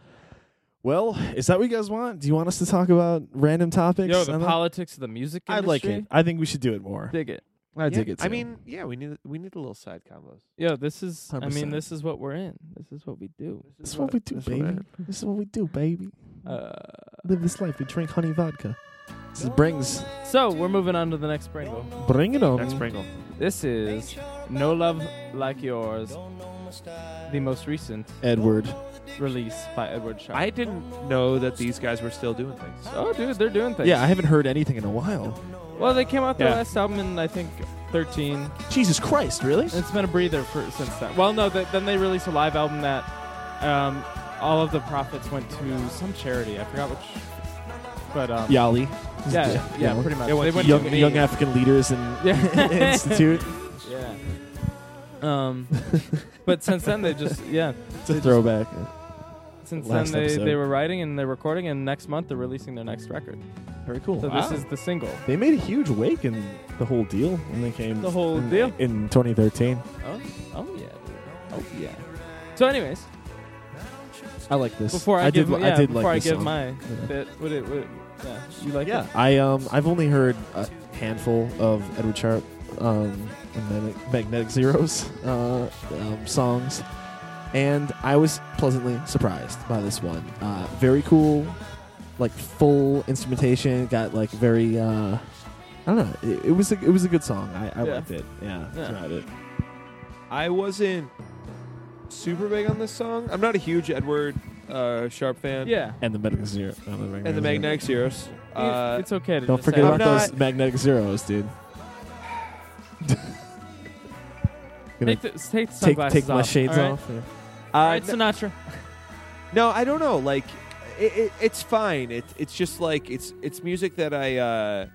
Well, is that what you guys want? Do you want us to talk about random topics? Yo, the I don't- politics of the music I like industry. it. I think we should do it more. Dig it. I dig it. I too. mean yeah we need we need a little side combos Yo, this is. I 100%. mean, this is what we're in. This is what we do. this is what we do, this is what I- baby. This is what we do, baby. Uh, Live this life. We drink honey vodka. This is brings. So we're moving on to the next Springle. Bring it on. That's Pringle. This is No Love Like Yours, the most recent Edward. release by Edward Oh. Shaw. I didn't know that these guys were still doing things. oh, dude, they're doing things. Yeah, I haven't heard anything in a while. Well, they came out their Yeah. last album in I think 13. and Jesus Christ, really? It's been a breather for, since then. Well, no, th then they released a live album that um, all of the profits went to some charity. I forgot which. But um, Yali. yeah, yeah, pretty much. It went they to went Young, to me. young African Leaders and Yeah. Institute. Yeah. Um, but since then they just yeah. It's a throwback. Since Last then they, episode. they were writing and they're recording, and next month they're releasing their next record. Very cool. So this is the single. They made a huge wake in the whole deal when they came. The whole in, deal. in 2013. Oh, oh yeah, oh yeah. So, anyways, I like this. before I, give did, yeah, I did before like I this give song. my Yeah. bit, would it, would it- yeah, you like yeah, it? I um I've only heard a handful of Edward Sharp um and Magnetic, Magnetic Zeros uh um, songs, and I was pleasantly surprised by this one. Uh, very cool, like full instrumentation. Got like very uh I don't know. It, it was a it was a good song. I, I Yeah. liked it. Yeah, Yeah. throughout it. I wasn't super big on this song. I'm not a huge Edward uh, Sharp fan. Yeah. And the Magnetic Zero. no, the And the Magnetic Zeros. Uh, it's okay to Don't just forget have- about I'm those Magnetic Zeros, dude. Take, the, take the Take, sunglasses take my off, shades all right? off. yeah. All uh, right, Sinatra. No, I don't know. Like, it, it, it's fine. It, it's just like it's it's music that I uh,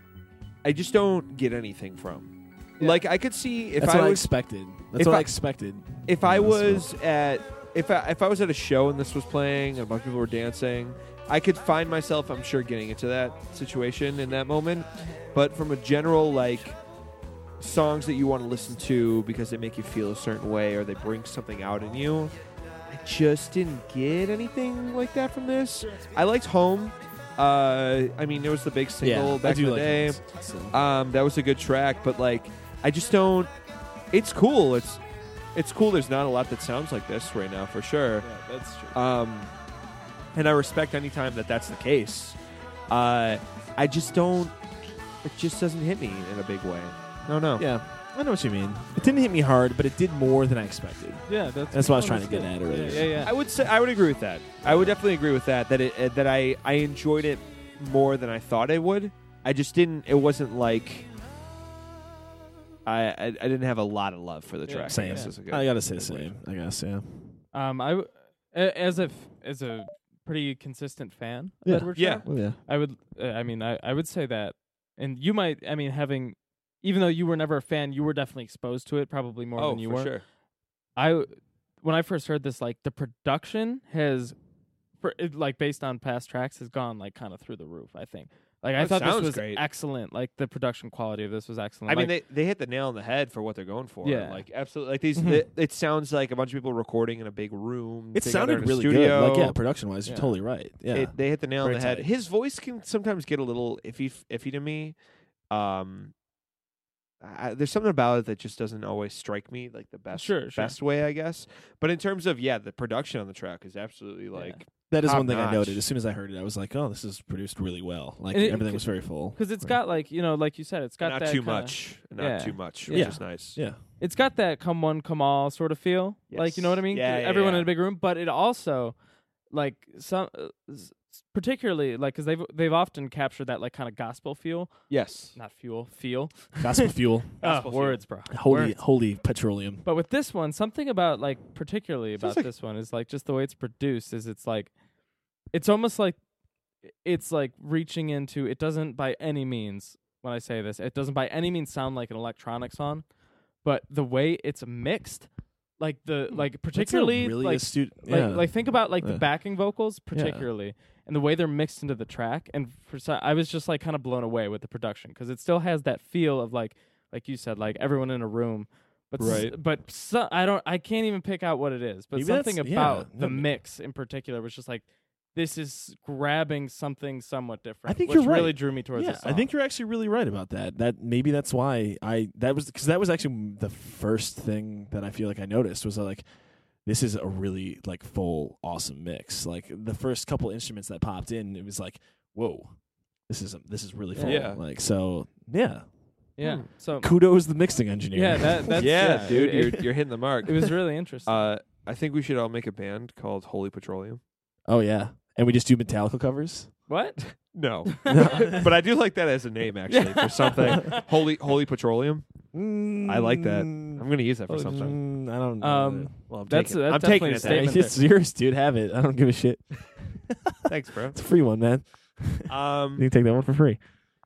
I just don't get anything from. Like, I could see if That's I what I was expected. That's if what I, I- expected. if I Yeah, that's was at if I, if I was at a show and this was playing and a bunch of people were dancing, I could find myself, I'm sure, getting into that situation in that moment. But from a general like songs that you want to listen to because they make you feel a certain way or they bring something out in you, I just didn't get anything like that from this. I liked Home. Uh, I mean, it was the big single yeah, I back do in the like day. those, so. Um, that was a good track, but like, I just don't. It's cool. It's it's cool. There's not a lot that sounds like this right now, for sure. Yeah, that's true. Um, and I respect any time that that's the case. Uh, I just don't. It just doesn't hit me in a big way. No, no. Yeah, I know what you mean. It didn't hit me hard, but it did more than I expected. Yeah, that's, That's what I was oh, trying to that's get good. at earlier. Yeah, yeah. I would say I would agree with that. I would definitely agree with that. That it uh, that I I enjoyed it more than I thought I would. I just didn't. It wasn't like I I, I didn't have a lot of love for the Yeah, track. I same. guess is a good- I gotta say, same. I guess, yeah. yeah. Um, I w- a- as if as a pretty consistent fan of Yeah. Edward Yeah. Sharpe, Well, yeah. I would. Uh, I mean, I, I would say that, and you might. I mean, having even though you were never a fan, you were definitely exposed to it, probably more Oh, than you for were. sure. I when I first heard this, like the production has, for, it, like based on past tracks, has gone like kind of through the roof. I think. Like I That thought this Oh, sounds was great. excellent. Like the production quality of this was excellent. I mean, Like, they, they hit the nail on the head for what they're going for. Yeah. like absolutely. Like these, Mhm. it, it sounds like a bunch of people recording in a big room. It together in sounded a really studio. good. Like, yeah, production wise, you're Yeah. totally right. Yeah. It, they hit the nail on Very the head. tight. His voice can sometimes get a little iffy, iffy to me. Um, I, there's something about it that just doesn't always strike me like the best, Sure, sure. best way, I guess. But in terms of yeah, the production on the track is absolutely like that is top one thing I notch. noted. As soon as I heard it, I was like, oh, this is produced really well. Like, And it- everything was very full. because it's got like you know, like you said, it's got not that too kinda- much, not yeah. too much, Yeah. which is nice. Yeah. It's got that come one, come all sort of feel. Like you know what I Yes. mean? Yeah, yeah, Everyone yeah. in a big room, but it also like some uh, s- particularly like because they've they've often captured that like kind of gospel feel, Yes, not fuel, feel. Gospel fuel. Ah, Gospel feel. words, bro. Holy, Words. holy petroleum. But with this one, something about like particularly about like- this one is like just the way it's produced is it's like it's almost like it's like reaching into it doesn't by any means when I say this, it doesn't by any means sound like an electronic song, but the way it's mixed, like the like Hmm. That's a particularly really like astute. like, yeah. like think about like Yeah. the backing vocals particularly and the way they're mixed into the track and for so, I was just like kind of blown away with the production cuz it still has that feel of like like you said like everyone in a room but s- Right. but so, I don't I can't even pick out what it is but Maybe something that's- about yeah. the No, mix in particular was just like this is grabbing something somewhat I different think which you're right. really drew me towards yeah, the I think you're actually really right about that. That maybe that's why I that was because that was actually the first thing that I feel like I noticed was like this is a really like full awesome mix. Like the first couple instruments that popped in, it was like whoa, this is this is really full. Yeah. Like so, yeah. yeah so Kudos the mixing engineer. Um, yeah that that's Hmm. yeah, dude, it- you're it, you're hitting the mark. it was really interesting Uh, I think we should all make a band called Holy Petroleum. oh yeah, and we just do Metallica covers. what No, but I do like that as a name actually for something. Holy Holy Petroleum. I like that. I'm gonna use that for something. Mm, I don't. know. Um, Well, I'm that's- taking, that's I'm taking it. definitely a then. statement. it's yours, dude. Have it. I don't give a shit. Thanks, bro. It's a free one, man. You Um, can take that one for free.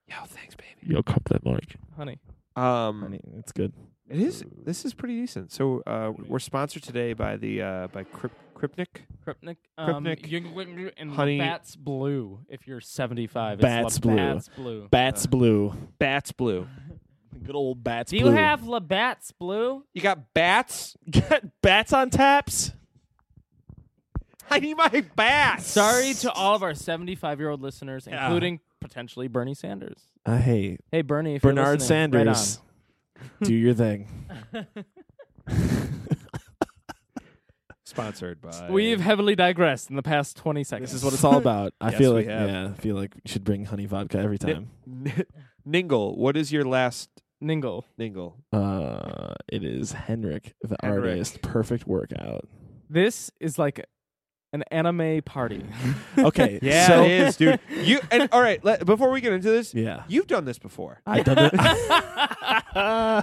yo, thanks, baby. Yo, cup that mic. honey I Um, mean, it's good. it is. This is pretty decent. So uh, we're sponsored today by the uh, by Kryp- Krypnik. Krupnik, um, Krupnik, Krupnik, and honey- Bats Blue. If you're 75, Bats it's Blue. Bats Blue. Bats Blue. Bats Blue. Good old Bats Do you Blue. have La Bats Blue? You got bats. got bats on taps? I need my bats. Sorry to all of our 75 year old listeners, Yeah. including potentially Bernie Sanders. Uh, hey, Hey Bernie, if you're Bernard listening, right on. Sanders. do your thing. Sponsored by. We've heavily digressed in the past 20 seconds. This is what it's all about. I Yes, feel we like have. yeah, I feel like we should bring honey vodka every time. Ningle. What is your last Ningle. Ningle. Uh, it is Henrik, the Henrik. artist. Perfect workout. This is like an anime party. Okay. Yeah, so- it is, dude. You and all right. Let, before we get into this, Yeah. you've done this before. I done it. I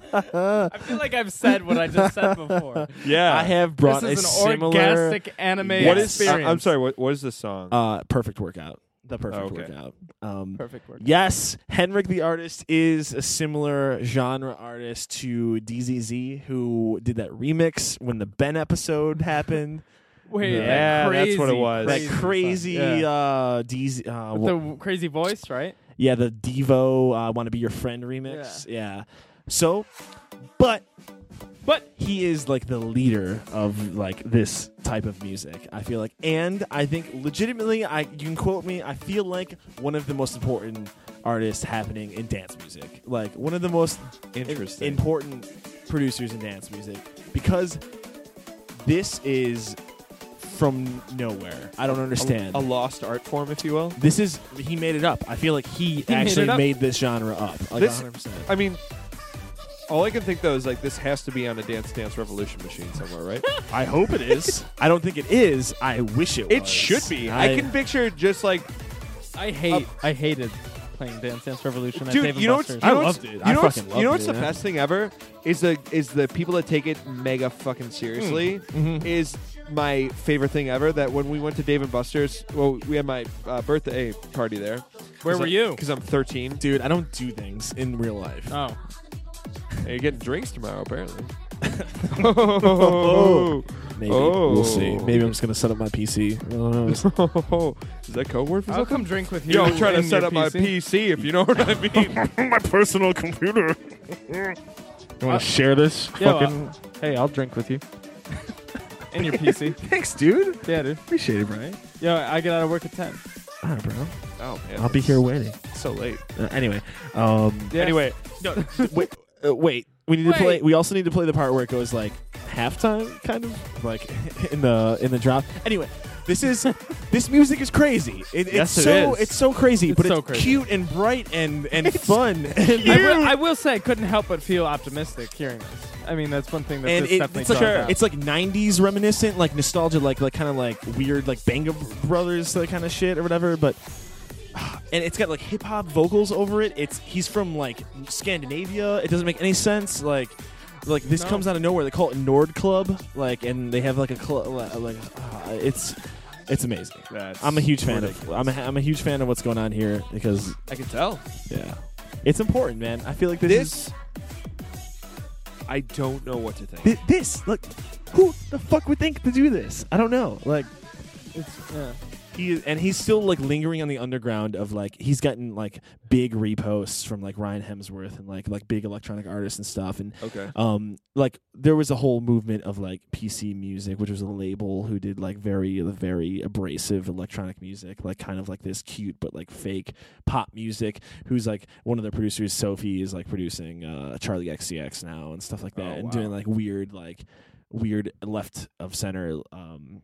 feel like I've said what I just said before. Yeah. I have brought this is a an similar. orgastic anime Yes. What is? I, experience. am sorry. What, what is the song? Uh, perfect workout. The perfect Okay. workout. Um, Perfect work. Yes, Henrik the artist is a similar genre artist to DZZ, who did that remix when the Ben episode happened. Wait, that Yeah, that's what it crazy, was. that Crazy crazy Yeah. uh, DZ. Uh, With wh- the w- crazy voice, right? yeah, the Devo uh, "Want to Be Your Friend" remix. Yeah. So, but, but he is like the leader of like this type of music. I feel like, and I think legitimately, I you can quote me. I feel like one of the most important artists happening in dance music. Like one of the most Interesting. important producers in dance music because this is from nowhere. I don't understand. a lost art form, if you will. This is he made it up. I feel like he, made actually it made, up. this genre up. Like This- 100%. I mean, all I can think though is like this has to be on a Dance Dance Revolution machine somewhere, right? I hope it is. I don't think it is. I wish it. it was. should be. I, can picture just like, I hate. I hated playing Dance Dance Revolution. at dude, Dave you know what's, Buster's. you know I what's- loved it. You I know what's, fucking you know loved what's it, the yeah. best thing ever is the is the people that take it mega fucking seriously is my favorite thing ever. That when we went to Dave and Buster's, well, we had my uh, birthday party there. Where were you? Because I'm 13. dude. I don't do things in real life. Oh, Hey, You're getting drinks tomorrow, apparently. Maybe oh. we'll see. Maybe I'm just gonna set up my PC. I don't know. Is that code word for I'll something? come drink with you. Yo, I'm trying to and set your up my PC if you know what I mean. My personal computer. you Uh, want to share this? Yo, uh, fucking Hey, I'll drink with you. and your PC. thanks, dude. yeah, dude. Appreciate it, Brian. Yo, I get out of work at ten. All right, bro. oh, man. I'll be here waiting. It's so late. Uh, anyway, um, Yeah. Anyway, wait, uh, wait. We need Wait. to play. We also need to play the part where it goes like halftime, kind of like in the in the drop. Anyway, this is this music is crazy. It, it's Yes, it so is. it's so crazy, but so it's crazy. cute and bright and and fun. And I will, I will say I couldn't help but feel optimistic hearing this. I mean, that's one thing that and this it, definitely it's like does have. it's like '90s reminiscent, like nostalgia, like like kind of like weird, like Banga Brothers like, kind of shit or whatever. But and it's got like hip hop vocals over it. It's he's from like Scandinavia. It doesn't make any sense. Like like this No. comes out of nowhere. They call it Nord Club. Like and they have like a club. Like uh, it's it's amazing. That's I'm a huge fan of I'm a, I'm a huge fan of what's going on here because I can tell. yeah, it's important, man. I feel like this. is- This, I don't know what to think. thi- this look who the fuck would think to do this i don't know like It's- yeah. he is, and he's still like lingering on the underground of like he's gotten like big reposts from like Ryan Hemsworth and like like big electronic artists and stuff and Okay. um like there was a whole movement of like PC music which was a label who did like very very abrasive electronic music like kind of like this cute but like fake pop music who's like one of their producers Sophie is like producing uh Charlie XCX now and stuff like that Oh, and wow. doing like weird like weird left of center um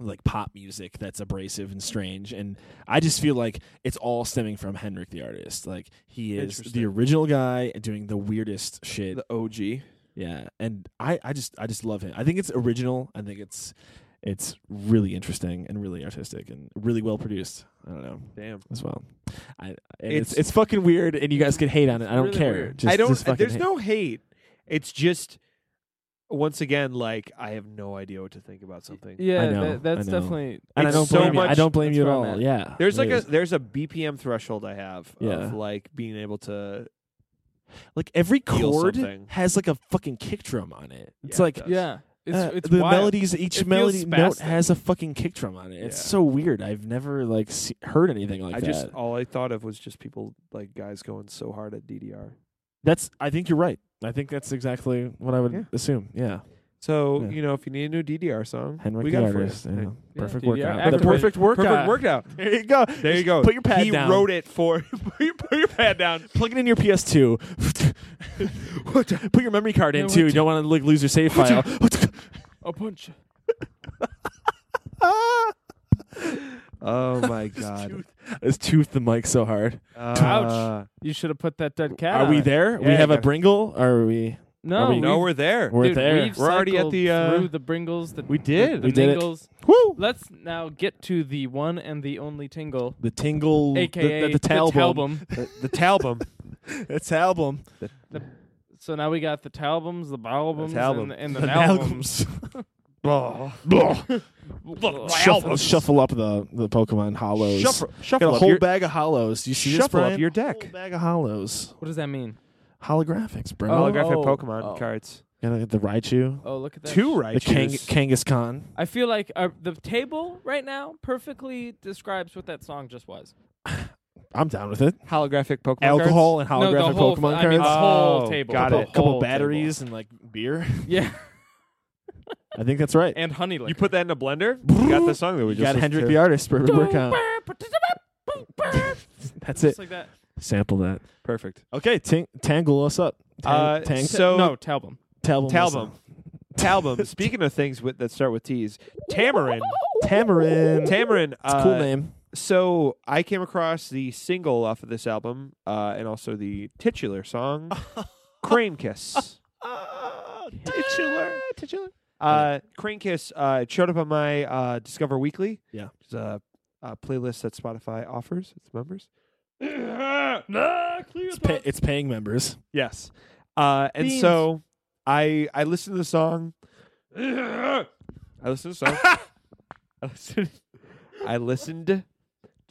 like pop music that's abrasive and strange and i just feel like it's all stemming from henrik the artist like he is the Interesting. original guy doing the weirdest shit The OG. yeah and i i just i just love him i think it's original i think it's it's really interesting and really artistic and really well produced i don't know Damn. as well i and it's, it's It's- fucking weird and you guys can hate on it i don't really care weird. just, I don't. just fucking there's hate. no hate. It's just once again, like I have no idea what to think about something. Yeah, I know, that- that's I know. definitely. and i it's don't so blame you i much- don't blame that's you at where I'm all at. yeah There's it like a is. there's a BPM threshold I have Yeah. of like being able to. like every feel chord something. has like a fucking kick drum on it Yeah, it's it like does. Yeah, it's, Uh, it's the wild. melodies each It feels melody note spastic. has a fucking kick drum on it it's Yeah. so weird i've never like se- heard anything like I that just all I thought of was just people like guys going so hard at DDR. that's i think you're right i think that's exactly what i would Yeah. assume yeah So Yeah. you know, if you need a new DDR song, henrik we the got it for artist you. yeah. Yeah, perfect DDR. workout Activate. the perfect workout Perfect workout. there you go There you go. put your pad he down wrote it for. put, your, put your pad down. plug it in your ps2 put your memory card in No, too you what- don't want to like, lose your save file A bunch. Oh my god. Let's tooth the mic so hard. Ouch. You should have put that dead cat. Are we on. there? we Yeah, have yeah. a Bringle. Are we? No, Are we- No, we're there. We're Dude, there. We've We're already at cycled the, uh, through the Bringles. The, We did. The We did it. Mingles. Woo! Let's now get to the one and the only Tingle, The tingle, aka the, the, the Talbum. Talbum. the, the Talbum. The Talbum. So now we got the Talbums, the Balbums, Talbum. and, and the, The Nalbums. Nalgums. Blah. Shuffle, shuffle up the, the Pokemon hollows. Shuffle, Got a shuffle up whole your, bag of hollows. Do you see this, shuffle Brian? up your Whole deck. bag of hollows. What does that mean? Holographics, bro. Oh, Holographic oh, Pokemon oh. cards. Gotta get the Raichu. Oh, look at that. Two The Kang- Raichus. Kangaskhan. I feel like uh, the table right now perfectly describes what that song just was. I'm down with it. holographic Pokemon Alcohol and no, the holographic whole, Pokemon I cards. mean, the whole Oh, table. got the couple, it. whole couple table. batteries and like beer. Yeah, I think that's right. and honey liquor. cards. You put that in a blender. you got the song that we You just got listened Hendrik the to. Artist for every workout. That's it. Just like that. Sample that. Perfect. Okay, ting- tangle us up. Tang- Uh, tang- so no, Talbum. Talbum. us Talbum. up. Talbum. Speaking of things with, that start with T's, Tamarin. Tamarin. Tamarin. It's uh, a cool name. So I came across the single off of this album, uh, and also the titular song, Crane Kiss. titular. Titular. Uh, Crane Kiss uh, it showed up on my uh, Discover Weekly. Yeah. which is a, a playlist that Spotify offers its members. It's, pay- it's paying members. Yes. Uh, and Beans. so I I listened to the song. I listened to the song. I listened. I listened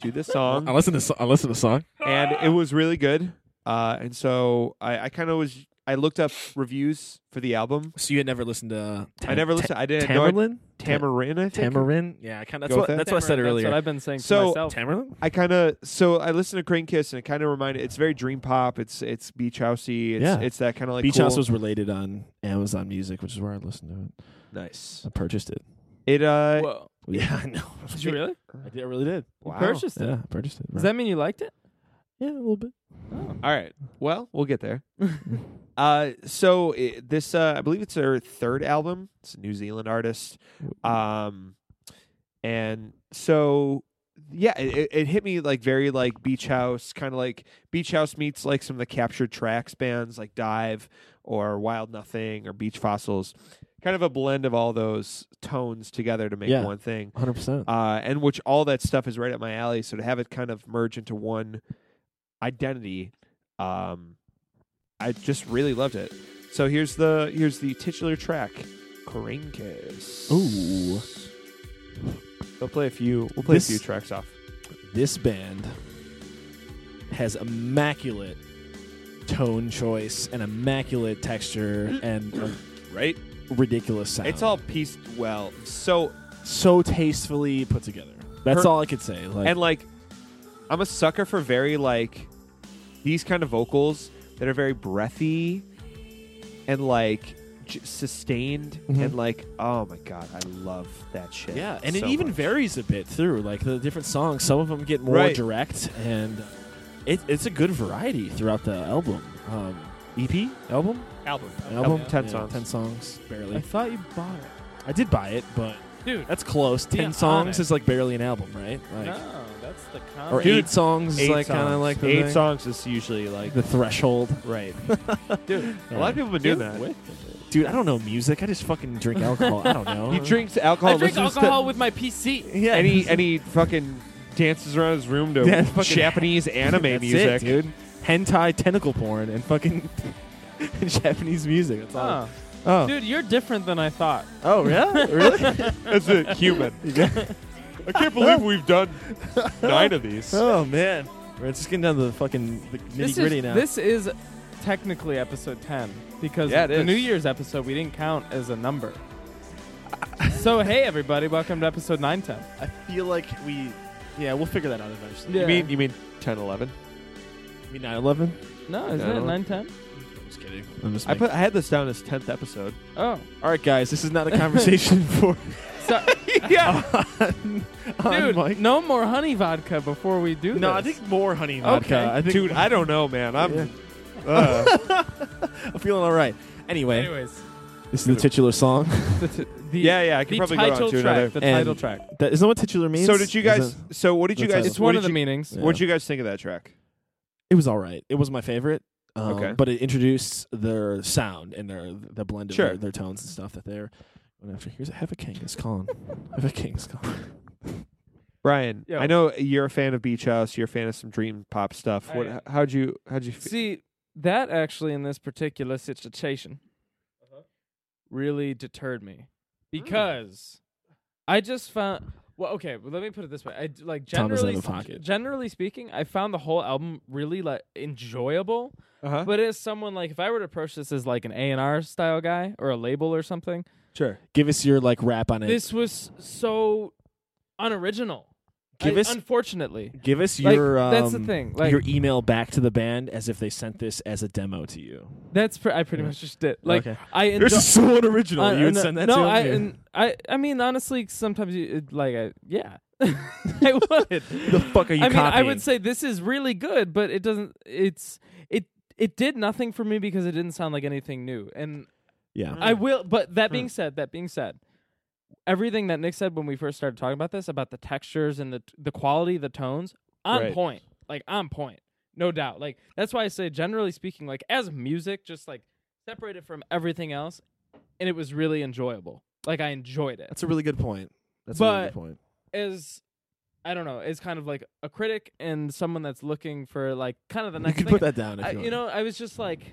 to the song. listen to I listen to song. and it was really good. Uh, and so I, I kind of was. I looked up reviews for the album. So you had never listened to? I never listened. I didn't. know Tamerlan. Tamarin. I think. Tamarin. Yeah, I kind of. Go That's what. with that? That's what I said That's what earlier. I've been saying to So- myself. Tamarin. I kind of. So I listened to Crane Kiss, and it kind of reminded. It's very dream pop. It's it's beach housey. It's, Yeah. It's that kind of like Beach cool- House was related on Amazon Music, which is where I listened to it. nice. I purchased it. It uh. Whoa. Yeah, I know. Did you really? I, did, I really did. wow. Purchased it. Yeah, I purchased it. Does that mean you liked it? yeah, a little bit. All right. Well, we'll get there. uh, so i this, uh, I believe it's her third album. It's a New Zealand artist. Um, and so, yeah, it, it- it hit me like very like beach house, kind of like beach house meets like some of the captured tracks bands like Dive or Wild Nothing or Beach Fossils. Kind of a blend of all those tones together to make Yeah. one thing Hundred percent. uh, and which all that stuff is right up my alley. So to have it kind of merge into one identity, um, I just really loved it. So here's the here's the titular track, Karinkas. Ooh. we'll play a few. We'll play This- a few tracks off. This band has immaculate tone choice and immaculate texture and a Right, ridiculous sound. it's all pieced well. So so tastefully put together. That's Her- all I could say. Like, and like, I'm a sucker for very like these kind of vocals that are very breathy and like. j- Sustained Mhm. and like, oh my god, I love that shit. yeah, and so it even much. varies a bit through. Like the different songs, some of them get more Right. direct, and it, it's a good variety throughout the album. Um, E EP album album. album ten Yeah, songs. ten songs I barely. thought you bought it. I did buy it, but Dude. that's close. Be Ten honest. songs is like barely an album, right? Like, No, that's the or comment. eight, songs is Eight like kind of songs. like the eight thing. songs is usually like the threshold. right. Dude, A lot of people have been doing that. Dude, I don't know music. I just fucking drink alcohol. I don't know. He drinks I alcohol. drink listens to- alcohol with my PC. yeah, and he and he fucking dances around his room to Yeah, fucking- Japanese anime That's music. it, dude. Hentai tentacle porn and fucking Japanese music. That's all. Oh. Oh, Dude, you're different than I thought. oh, yeah, really? That's it. Human. I can't believe we've done nine of these. oh man, we're just getting down to the fucking the nitty This gritty is, now. this is technically episode 10 because Yeah, it the is. New Year's episode we didn't count as a number. so, hey, everybody, welcome to episode 910. I feel like we, yeah, we'll figure that out eventually. You mean you mean 10, 11? You mean 9/11? No, isn't No. it 910? I'm just kidding. I'm just I put I had this down as tenth episode. Oh. All right, guys, this is not a conversation for So, Yeah. on, dude, Mike. no more honey vodka before we do this. No, I think more honey vodka. Okay. I think Dude, I don't know, man. I'm Yeah. uh, I'm feeling all right. Anyway, Anyways, This is the titular song. The t- the- Yeah, yeah, I could the probably go title on to track. another. The And- title track. That isn't what titular means. So did you guys? Is it- So what did you the guys? title. It's one what of the did you- meanings. Yeah. What did you guys think of that track? It was all right. It was my favorite. Um, Okay. But it introduced their sound and their the blend of Sure. their, their tones and stuff that they're going after. Here's a Have a King is calling. Have a King is calling. Brian, Yo. I know you're a fan of Beach House. You're a fan of some dream pop stuff. I What? am. How'd you? How'd you? feel? See, that actually in this particular situation really deterred me because I just found. Well, okay, well, let me put it this way. I d- like Tom is out generally, of pocket. generally speaking, I found the whole album really like enjoyable. Uh-huh. But as someone like, if I were to approach this as like an A and R style guy or a label or something, Sure. Give us your like rap on it. this was so unoriginal. Give I- us- unfortunately, Give us Like, your um, that's the thing, like- your email back to the band as if they sent this as a demo to you. that's pre- I pretty much just did. Like Okay. I enjoy- This is so unoriginal. Uh, you would no, send that to no, I, him? and I, I mean, honestly, sometimes you it- like, I, yeah, I would. the fuck are you I mean, I copying? would say this is really good, but it doesn't. It's it it did nothing for me because it didn't sound like anything new. And yeah. I will. But that Mm. being said, that being said, everything that Nick said when we first started talking about this, about the textures and the the quality, the tones, on Right. point. Like on point, no doubt. Like that's why I say, generally speaking, like as music, just like separated from everything else, and it was really enjoyable. Like I enjoyed it. That's a really good point. That's a really But- good point. As I don't know, as kind of like a critic and someone that's looking for like kind of the You next. could thing. put that down if I, you, you know, I was just like,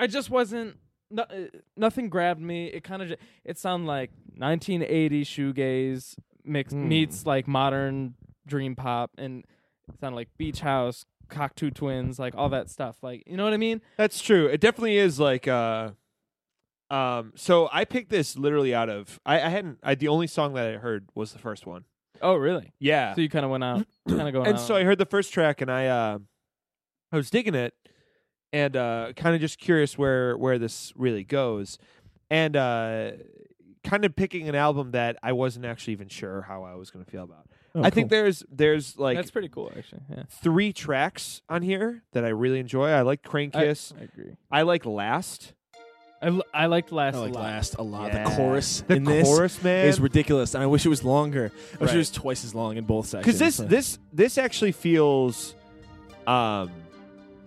I just wasn't. No, uh, nothing grabbed me. It kind of it sounded like 1980 shoegaze mix Hmm. meets like modern dream pop, and it sounded like Beach House, Cocktoo Twins, like all that stuff. Like you know what I mean? That's true. It definitely is like uh um so I picked this literally out of I, I hadn't I the only song that I heard was the first one. Oh, really? Yeah. So you kind of went out, kind of going and out. so I heard the first track and I uh I was digging it and uh kind of just curious where where this really goes. And uh kind of picking an album that I wasn't actually even sure how I was gonna feel about. Oh, I think there's there's like Oh, that's pretty cool, actually. Yeah, three tracks on here that I really enjoy. I like Crane I- Kiss. I, agree. I, like Last. I, l- I liked last. I like a lot. last a lot. Yeah. The chorus The in this chorus, man. is ridiculous, and I wish it was longer. I wish Right. it was twice as long in both because sections. this this this actually feels um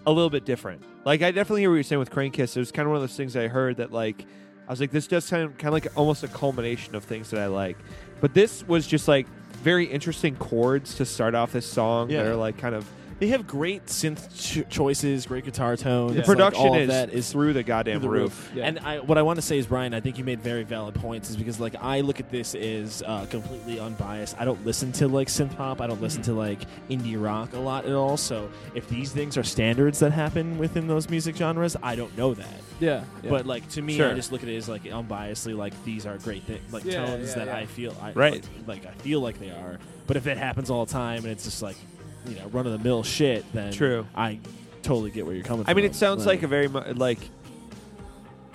a little bit different like i definitely hear what you're saying with crane kiss it was kind of one of those things i heard that like i was like this does sound kind of like almost a culmination of things that i like but this was just like very interesting chords to start off this song that Yeah. are like kind of they have great synth ch- choices, great guitar tone. The It's like production all of is, that is through the goddamn through the roof. Yeah. And I, what I want to say is, Brian, I think you made very valid points. Is because like I look at this as uh, completely unbiased. I don't listen to like synth pop. I don't listen to like indie rock a lot at all. So if these things are standards that happen within those music genres, I don't know that. yeah, yeah. But like to me, I Sure. just look at it as like unbiasedly. Like these are great things, like Yeah, tones yeah, that yeah. I feel I, Right. Like, like, I feel like they are. But if it happens all the time and it's just like you know run of the mill shit, then True. I totally get where you're coming. I from. mean, it sounds like a very mu- like.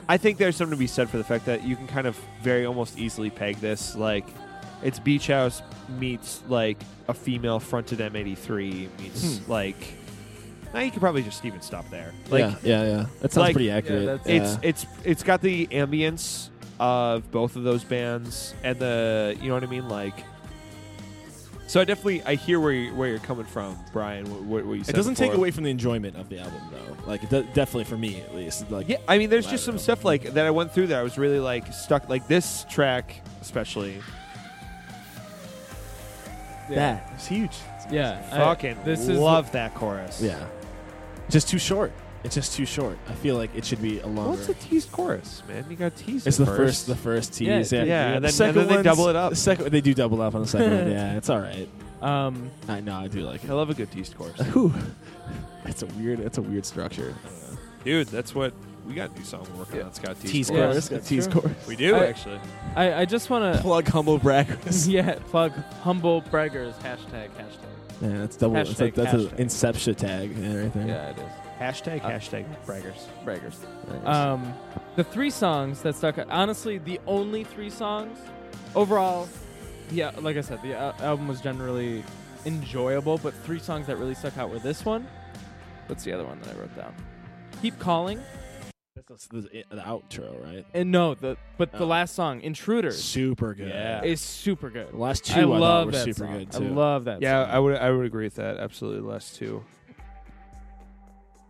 I think there's something to be said for the fact that you can kind of very almost easily peg this like, it's Beach House meets like a female fronted M83 meets like. Now you could probably just even stop there. Like Hmm. yeah, yeah, yeah. That sounds like- pretty accurate. that's- Yeah. it's it's it's got the ambience of both of those bands and the you know what I mean like. So I definitely I hear where you, where you're coming from, Brian. What, what you said It doesn't take before. away from the enjoyment of the album, though. Like, it de- definitely for me, at least. Like, Yeah, I mean, there's just some Lateral. stuff like that I went through that I was really like stuck. Like this track, especially. that it's huge. yeah. I- Fucking this is love that chorus. Yeah, just too short. It's just too short. I feel like it should be a longer. Well, it's a teased chorus, man. You got teased. it's at the first, the first tease. Yeah, Yeah, yeah, and then- The and second then they one's- double it up. The second, they do double up on the second one. Yeah, it's all right. um. I know, I do like I it. love a good teased chorus, Whew. That's a weird. That's a weird structure. I don't know. dude. That's what we got. A new song we're working on. It's got Tease teased chorus. chorus. Yeah, got Tease that's chorus. We do I- actually. I, I just want to Plug humble braggers. yeah, plug humble braggers hashtag hashtag. Yeah, that's double. That's, like, Hashtag, that's an hashtag. inception tag. Yeah, right there. it is Hashtag Uh, hashtag braggers. braggers. Nice. Um, the three songs that stuck out- honestly the only three songs overall. Yeah, like I said, the al- album was generally enjoyable, but three songs that really stuck out were this one. What's the other one that I wrote down? Keep calling. That's the, the, the outro, right? And no, the but the Oh. last song, Intruders, Super good. Yeah. is super good. The last two I I, thought love were that super song. good I too. love that. Yeah, song. I would I would agree with that. Absolutely, last two.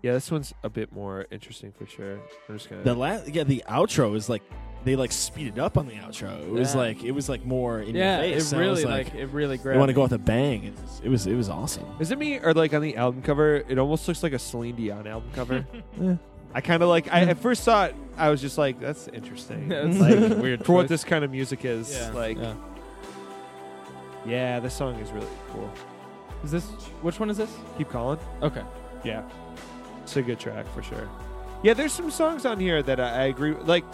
Yeah, this one's a bit more interesting for sure. I'm just gonna. the last, yeah, the outro is like they like speeded up on the outro. It was Yeah. like it was like more in yeah, your face. it and I was really like, like, it really grabbed. they want to me. go with a bang. It was it was, it was awesome. Is it me or like on the album cover? It almost looks like a Celine Dion album cover. I kind of like. I at first saw it, I was just like, "That's interesting." That's like, a weird for what choice. this kind of music is. Yeah. Like, yeah. Yeah. this song is really cool. Is this which one is this? Keep calling. Okay. Yeah, it's a good track for sure. Yeah, there's some songs on here that I, I agree. with. Like,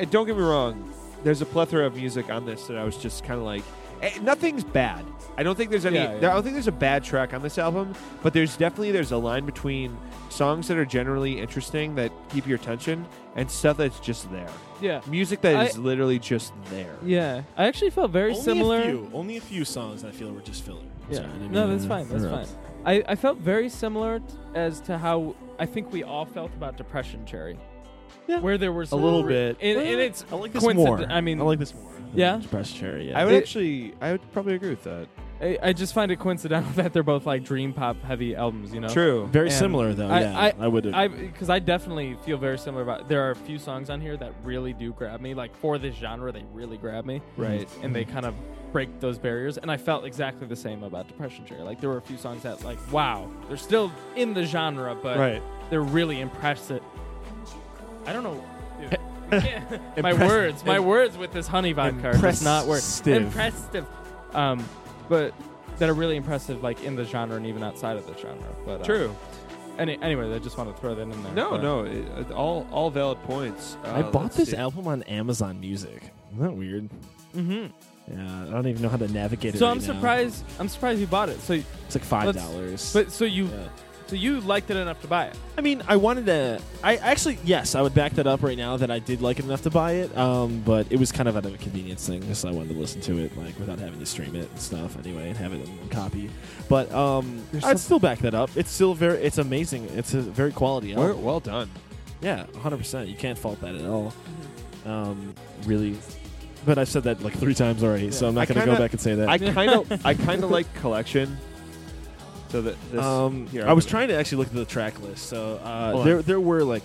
and don't get me wrong. There's a plethora of music on this that I was just kind of like, eh, nothing's bad. I don't think there's any. Yeah, yeah. there- I don't think there's a bad track on this album, but there's definitely there's a line between songs that are generally interesting that keep your attention and stuff that's just there. Yeah. Music that is I- literally just there. Yeah. I actually felt very only similar. A few, only a few songs that I feel were just filler. Yeah. Sorry, I didn't no, mean that's to fine. That's fine. interrupt. I, I felt very similar t- as to how I think we all felt about depression, Cherry. Yeah. Uh, Where there was A little bit. and, and it's I like this coincident- more. I mean- I like this more. than Yeah? Press Cherry. Yeah. I would It- actually, I would probably agree with that. I, I just find it coincidental that they're both like dream pop heavy albums, you know? True. Very and similar though. I- yeah, I- I would. I because I definitely feel very similar about. There are a few songs on here that really do grab me. Like for this genre, they really grab me, Right. and they kind of break those barriers. And I felt exactly the same about Depression Chair. Like there were a few songs that, like, wow, they're still in the genre, but Right. they're really impressive. I don't know. dude. I can't- my Impress- words, my im- words with this honey vodka are just not work. Impressive. Impressive, um, but that are really impressive, like in the genre and even outside of the genre. But uh, True. any, anyway, I just want to throw that in there. No, But- no, it, it- all all valid points. Uh, I bought let's this see. album on Amazon Music. Isn't that weird? Mm-hmm. Mhm. Yeah, I don't even know how to navigate it. So right I'm now. surprised. I'm surprised you bought it. So, It's like five Let's- dollars. but so you, Yeah. so you liked it enough to buy it. I mean, I wanted to. I actually, yes, I would back that up right now that I did like it enough to buy it. Um, but it was kind of out of a convenience thing, so I wanted to listen to it like without having to stream it and stuff anyway, and have it in copy. But um, I'd There's some- still back that up. It's still very, it's amazing. It's a very quality Well, album. well done. Yeah, 100. percent You can't fault that at all. Mm-hmm. Um, really. But I've said that like three times already, so I'm I not going to go kinda- back and say that. I kind of, I kind of like collection. So that this, um, here, I was I'll- trying to actually look at the track list. So uh, Hold there, on. there were like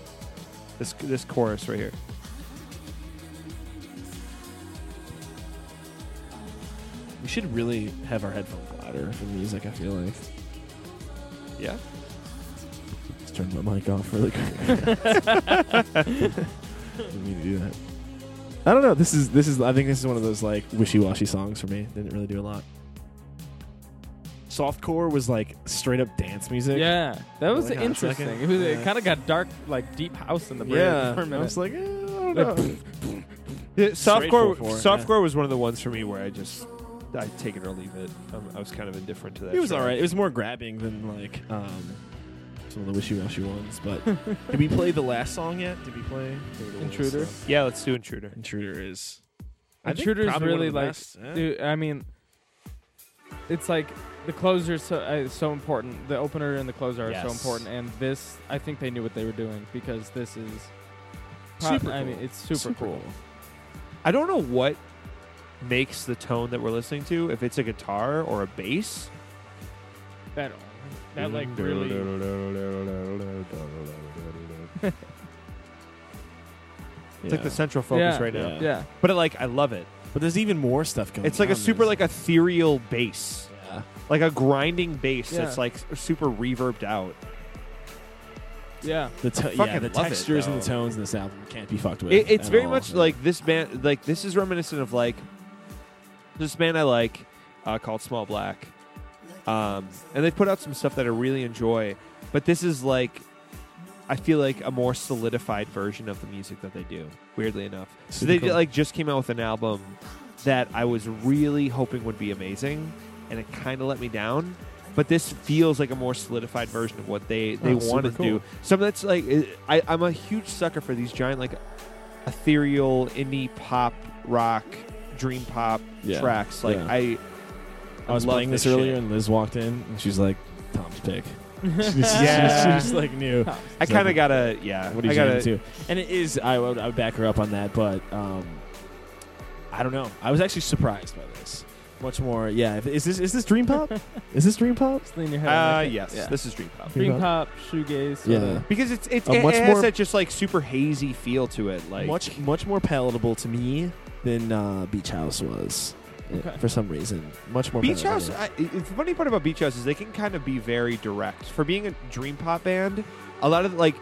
this, this chorus right here. We should really have our headphones louder for music, I feel like. Yeah. Let's turn my mic off really quick. Didn't mean to do that. I don't know. This is this is I think this is one of those like wishy-washy songs for me. Didn't really do a lot. Softcore was like straight up dance music. yeah, that was Hang on a interesting. second. It, was, Yeah. it kind of got dark, like deep house in the bridge Yeah. for a I minute. was like, eh, I don't Like, know. The- Straight softcore, 4-4, softcore was one of the ones for me where I just, I take it or leave it. Um, I was kind of indifferent to that. It was track. alright. It was more grabbing than like um some of the wishy-washy ones, but did we play the last song yet? Did we play Intruder? Yeah, let's do Intruder. Intruder is. I think Intruders probably one of really the like, best, Eh? yeah. dude. I mean, it's like the closer so uh, so important. The opener and the closer are so Yes. important. And this, I think they knew what they were doing because this is Super I mean, cool. it's super, cool. I don't know what makes the tone that we're listening to. If it's a guitar or a bass. That that like really. It's like the central focus Yeah. right now. Yeah. Yeah, But like, I love it. But there's even more stuff going. It's like a on. super like ethereal bass, Yeah. like a grinding bass Yeah. that's like s- super reverbed out. yeah. The to- yeah, fucking the love it, textures and the though. tones in this album can't be fucked with. It, it's at very all. much like this band. Like this is reminiscent of like this band I like uh, called Small Black, um, and they put out some stuff that I really enjoy. But this is like I feel like a more solidified version of the music that they do. Weirdly enough, so Super they cool. like just came out with an album that I was really hoping would be amazing, and it kind of let me down. But this feels like a more solidified version of what they they Oh, super wanted to do. cool. Some that's like I, I'm a huge sucker for these giant like ethereal indie pop rock dream pop Yeah. tracks. Like Yeah. I, I was love playing this shit. earlier, and Liz walked in, and she's like, "Tom's pick." she's, Yeah. she's, like new. I kind of gotta, yeah. What are I you gotta, into? And it is. I would, I would back her up on that, but um, I don't know. I was actually surprised by this. Much more. Yeah. if- Is this is this dream pop? is this dream pop? Just lean your head. on Uh, that. yes, Yeah. this is dream pop Dream pop, shoegaze. uh, sorta. Yeah. because it's it's A it, much it Uh, more- has that just like super hazy feel to it. Like much much more palatable to me than uh, Beach House was. uh, Okay. For some reason, much more Beach House. palatable. I, i- the funny part about Beach House is they can kind of be very direct. For being a dream pop band, a lot of like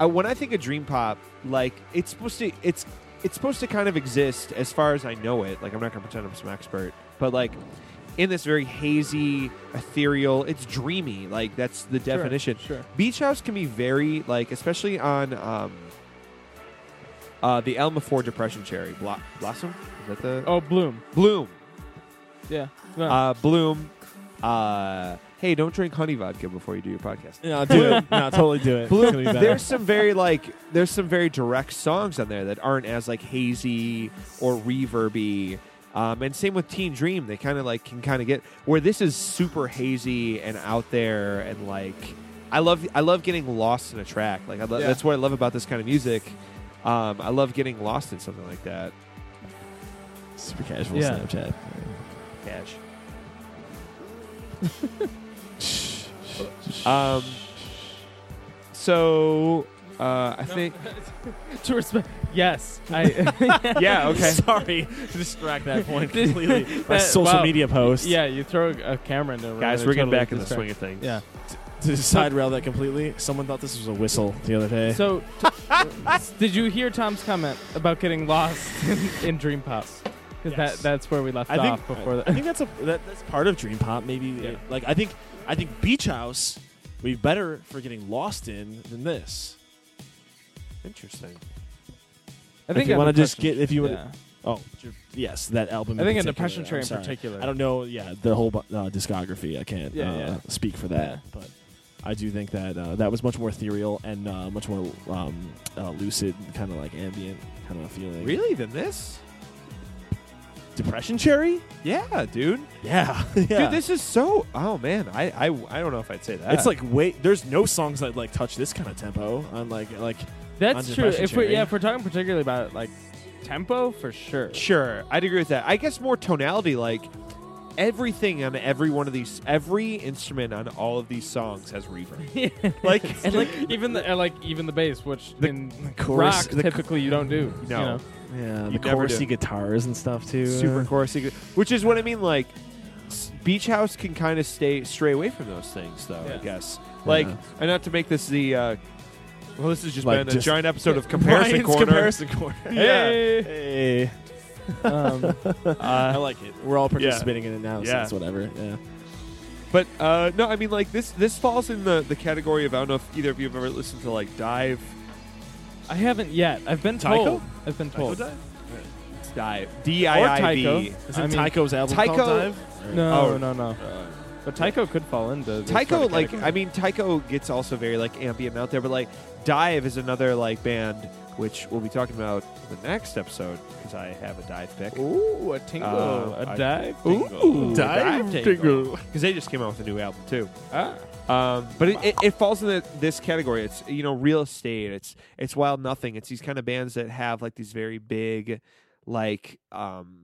I, when I think of dream pop, like it's supposed to it's it's supposed to kind of exist as far as I know it. Like I'm not gonna pretend I'm some expert, but like in this very hazy, ethereal, it's dreamy. Like that's the Sure, definition. Sure. Beach House can be very like, especially on um, uh, the Elma Four Depression Cherry Blo- Blossom. Is that the Oh, Bloom. Bloom? Yeah. No. Uh, Bloom. Uh, hey, don't drink honey vodka before you do your podcast. no, do it. No, totally do it. It's gonna be better. There's some very like there's some very direct songs on there that aren't as like hazy or reverby. Um, and same with Teen Dream, they kind of like can kind of get where this is super hazy and out there and like I love I love getting lost in a track. Like I lo- Yeah. that's what I love about this kind of music. Um, I love getting lost in something like that. super casual Yeah. Snapchat. Cash. um. So uh, I think to respect. Yes. I. yeah. Okay. Sorry to distract that point Did- completely. My that- social wow. media post. yeah. You throw a camera into. a room, Guys, it we're getting totally back in the distracts- swing of things. Yeah. To side rail that completely, someone thought this was a whistle the other day. So, t- did you hear Tom's comment about getting lost in, in Dream Pop? Because Yes. that, that's where we left I off think before I, that. I think that's a that, that's part of dream pop. Maybe Yeah. like I think I think Beach House would be better for getting lost in than this. Interesting. I if you a wanna just depression- get if you would yeah. oh your- yes that album. I in think a particular, depression I'm tray in sorry. particular. I don't know. Yeah, the whole bu- uh, discography. I can't Yeah, uh, yeah. speak for that, but. I do think that uh, that was much more ethereal and uh, much more um, uh, lucid, kind of like ambient kind of feeling. Really? Than this? Depression Cherry? Yeah, dude. Yeah. Dude, this is so. Oh man, I, I I don't know if I'd say that. It's like wait, there's no songs that like touch this kind of tempo on like like That's on true. depression If we're, cherry. yeah, if we're talking particularly about like tempo, for sure. Sure, I'd agree with that. I guess more tonality, like everything on every one of these, every instrument on all of these songs has reverb. like and like even the uh, like even the bass, which in chorus- rock the co- typically you don't do. you No. know? yeah, You the never chorusy do. guitars and stuff too. super chorusy, which is what I mean. Like s- Beach House can kind of stay stray away from those things, though. I Yeah. guess. Like, Yeah. and not to make this the. Uh, well, this has just Like been just- a giant episode of comparison Ryan's corner. comparison corner. Yeah. Hey, um, I like it. We're all participating in it now, so Yeah. it's whatever. Yeah. But uh, no, I mean like this. This falls in the the category of I don't know if either of you have ever listened to like Dive. I haven't yet. I've been Tycho? told. I've been Oh, told. It's Dive. D I I Tycho. V. Is it I mean- Tycho's album Tycho- called Dive? No, Oh. no, no. But Tycho could fall into this Tycho, sort of like category. I mean, Tycho gets also very like ambient out there, but like Dive is another like band which we'll be talking about the next episode because I have a Dive pick. Ooh, a tingle, Uh, a I- dive. Ooh, tingle. Dive Tingle. Because they just came out with a new album too. Ah. Um, but it, it, it falls in the, this category. It's you know real estate. It's it's wild nothing. It's these kind of bands that have like these very big, like um,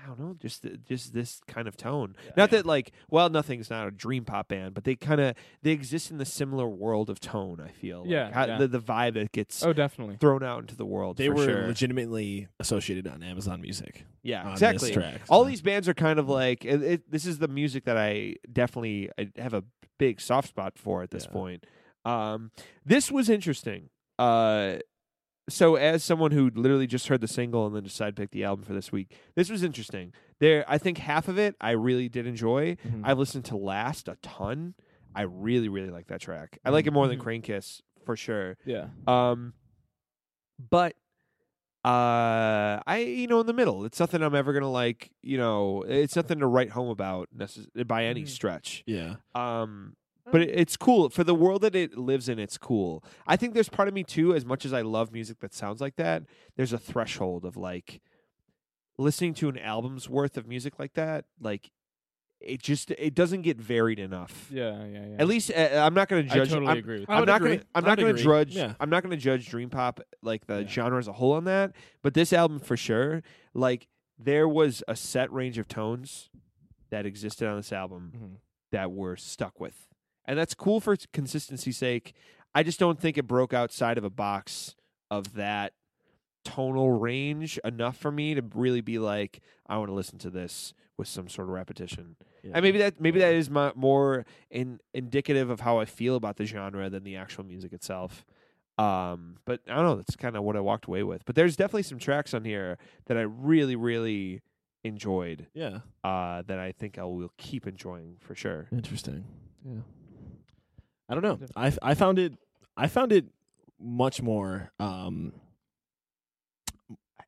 I don't know, just th- just this kind of tone. not that like wild nothing's not a dream pop band, but they kind of they exist in the similar world of tone. I feel like, Yeah, how- yeah. The, the vibe that gets Oh, definitely. thrown out into the world. They for were sure. legitimately associated on Amazon Music. yeah, on exactly. This track, All so. these bands are kind of like it, it, this is the music that I definitely I have a big soft spot for at this Yeah. point. Um, this was interesting. Uh, so as someone who literally just heard the single and then just side picked the album for this week, this was interesting. There, I think half of it I really did enjoy. Mhm. I've listened to Last a ton. I really, really like that track. I like it more than Mhm. Crane Kiss for sure. Yeah. Um, but uh, I you know in the middle, it's nothing I'm ever gonna like. You know, it's nothing to write home about necess- by any Mhm. stretch. Yeah. Um, but Oh. it, it's cool for the world that it lives in. It's cool. I think there's part of me too. As much as I love music that sounds like that, there's a threshold of like listening to an album's worth of music like that. Like it just it doesn't get varied enough. Yeah, yeah, yeah. At least uh, I'm not going to I judge. totally I'm, agree with I I'm would not agree. gonna I'm I not would gonna agree. judge Yeah. I'm not gonna judge dream pop like the Yeah. genre as a whole on that, but this album for sure, like there was a set range of tones that existed on this album Mm-hmm. Mhm. that we're stuck with. And that's cool for its consistency's sake. I just don't think it broke outside of a box of that tonal range enough for me to really be like, I want to listen to this with some sort of repetition. And maybe that maybe that is my, more in, indicative of how I feel about the genre than the actual music itself. Um, but I don't know. That's kind of what I walked away with. But there's definitely some tracks on here that I really, really enjoyed. Yeah. Uh, that I think I will keep enjoying for sure. Interesting. Yeah. I don't know. I I found it I found it much more um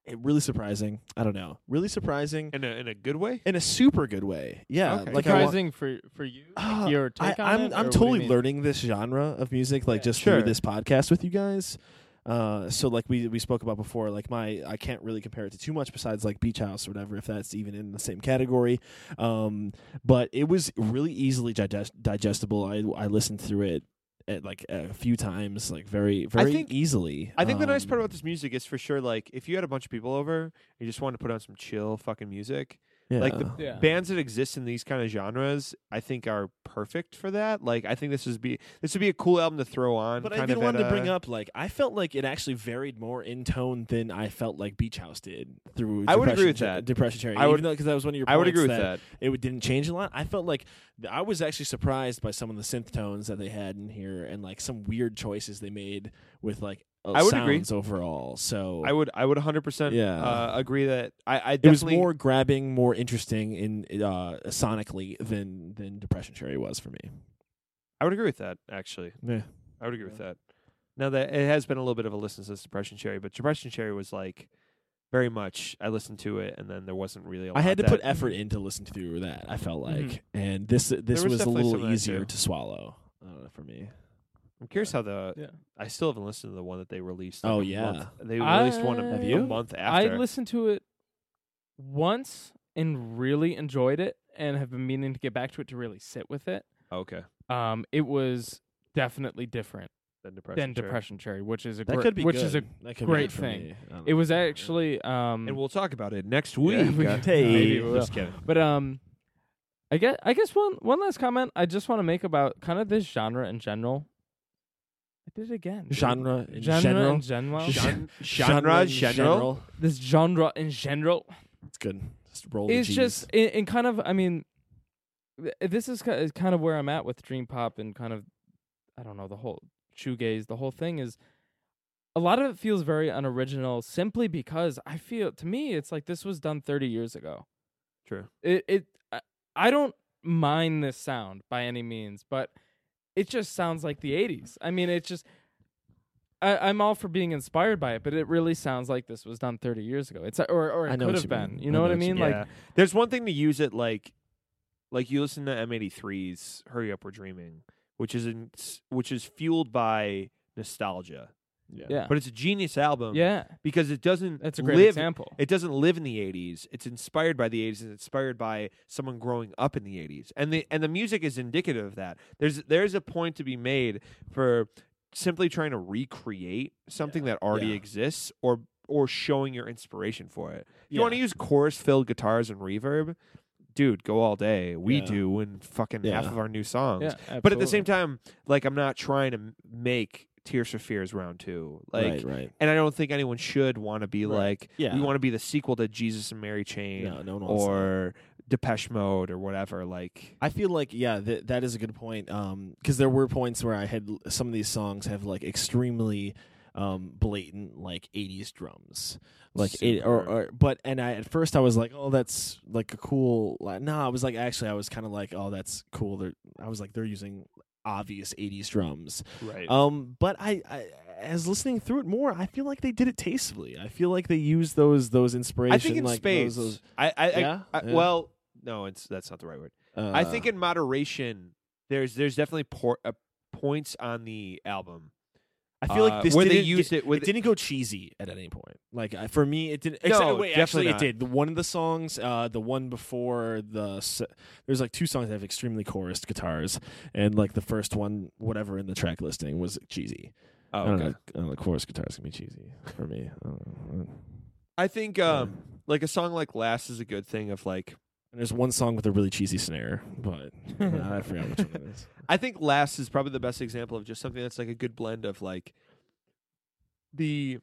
it really surprising. I don't know. Really surprising In a in a good way. in a super good way. Yeah. Okay. Like I wa- surprising for for you, like, Ah, your take I, on I'm it, or I'm what do you totally mean? learning this genre of music, like Yeah. just Sure. through this podcast with you guys. Uh, so like we we spoke about before, like my I can't really compare it to too much besides like Beach House or whatever, if that's even in the same category. Um, but it was really easily digest- digestible. I I listened through it at, like a few times, like very very think- easily. I think the nice Um, part about this music is for sure like if you had a bunch of people over and you just wanted to put on some chill fucking music, yeah. like, the- Yeah. bands that exist in these kind of genres, I think are perfect for that. Like I think this is be this would be a cool album to throw on. But I kind of even at wanted to a- bring up, like, I felt like it actually varied more in tone than I felt like Beach House did through. I would Depression agree with Cha- that. Depression Cherry. I would- because that was one of your. I would points agree with that. It would- didn't change a lot. I felt like th- I was actually surprised by some of the synth tones that they had in here, and like some weird choices they made with like uh, I would agree. sounds overall. So I would I would 100% Yeah. uh, agree that I I it was definitely more grabbing, more interesting in uh, sonically than than Depression Cherry was for me. I would agree with that actually. Yeah. I would agree with that. Now that it has been a little bit of a listen since Depression Cherry, but Depression Cherry was like very much I listened to it and then there wasn't really a I lot had to that- put effort in to listen through that. I felt like, and this this was was, definitely a some of little that, easier too. to swallow uh, for me. I'm curious how the Yeah. I still haven't listened to the one that they released. like, Oh, a yeah. month- they released one a, Have a you? month after. I listened to it once and really enjoyed it, and have been meaning to get back to it to really sit with it. Oh, okay, Um, it was definitely different then depression. than sure. Depression Cherry, which is a That gr- could be which good. is a That could be great good for thing. me. I don't it was know. actually um And we'll talk about it next week. we- Uh, Hey. maybe we will. just kidding. But um, I guess I guess one one last comment I just want to make about kind of this genre in general. I did it again. genre in Genre general. in general. Gen- genre in general? this genre in general It's good. Just roll the is Gs. just in, in kind of I mean, th- this is ki- is kind of where I'm at with dream pop and kind of I don't know the whole shoegaze. The whole thing is a lot of it feels very unoriginal simply because I feel to me it's like this was done 30 years ago. True. It it I- I don't mind this sound by any means, but it just sounds like the 80s. I mean, it just I, I'm all for being inspired by it, but it really sounds like this was done 30 years ago. It's or or I it know could what have you been. mean. You I know know what I what you mean? mean. Like yeah. There's one thing to use it like, like you listen to M83's "Hurry Up, We're Dreaming," which is in, which is fueled by nostalgia, yeah. but it's a genius album. Yeah, because it doesn't. that's a great live, example. It doesn't live in the '80s. It's inspired by the '80s. It's inspired by someone growing up in the '80s, and the and the music is indicative of that. There's there's a point to be made for simply trying to recreate something that already Yeah. exists, or or showing your inspiration for it. If you Yeah. want to use chorus-filled guitars and reverb, dude, go all day. We Yeah. do in fucking half Yeah. of our new songs. yeah, but at the absolutely. same time, like I'm not trying to m- make Tears for Fears round two. Like right, right. and I don't think anyone should want to be Right. like, Yeah. we want to be the sequel to Jesus and Mary Chain No, no one wants that. or Depeche Mode or whatever. Like, I feel like yeah, that that is a good point. Because there were points where I had some of these songs have like extremely um, blatant like '80s drums, like it, or, Super. or but and I at first I was like, oh, that's like a cool. Like, no, I was like actually I was kind of like, oh, that's cool. They're, I was like they're using obvious '80s drums. right. Um, but I, I as listening through it more, I feel like they did it tastefully. I feel like they used those those inspiration. I think in like, space. those- I, I, I, Yeah? I- Yeah. well, no, it's that's not the right word. those, I uh, think in moderation, there's there's definitely por- uh, points on the album I feel Uh, like this where they didn't used it with- it didn't go cheesy at any point. Like I, for me, it didn't. Except, No, wait, definitely actually, not. it did. The one of the songs, uh, the one before the s- there's like two songs that have extremely chorused guitars, and like the first one, whatever in the track listing was cheesy. Oh, I don't okay. know, I don't know, chorus guitars can be cheesy for me. I don't know. I think um, like a song like "Last" is a good thing. Of like, And there's one song with a really cheesy snare, but I forgot which one it is. I think "Last" is probably the best example of just something that's like a good blend of like the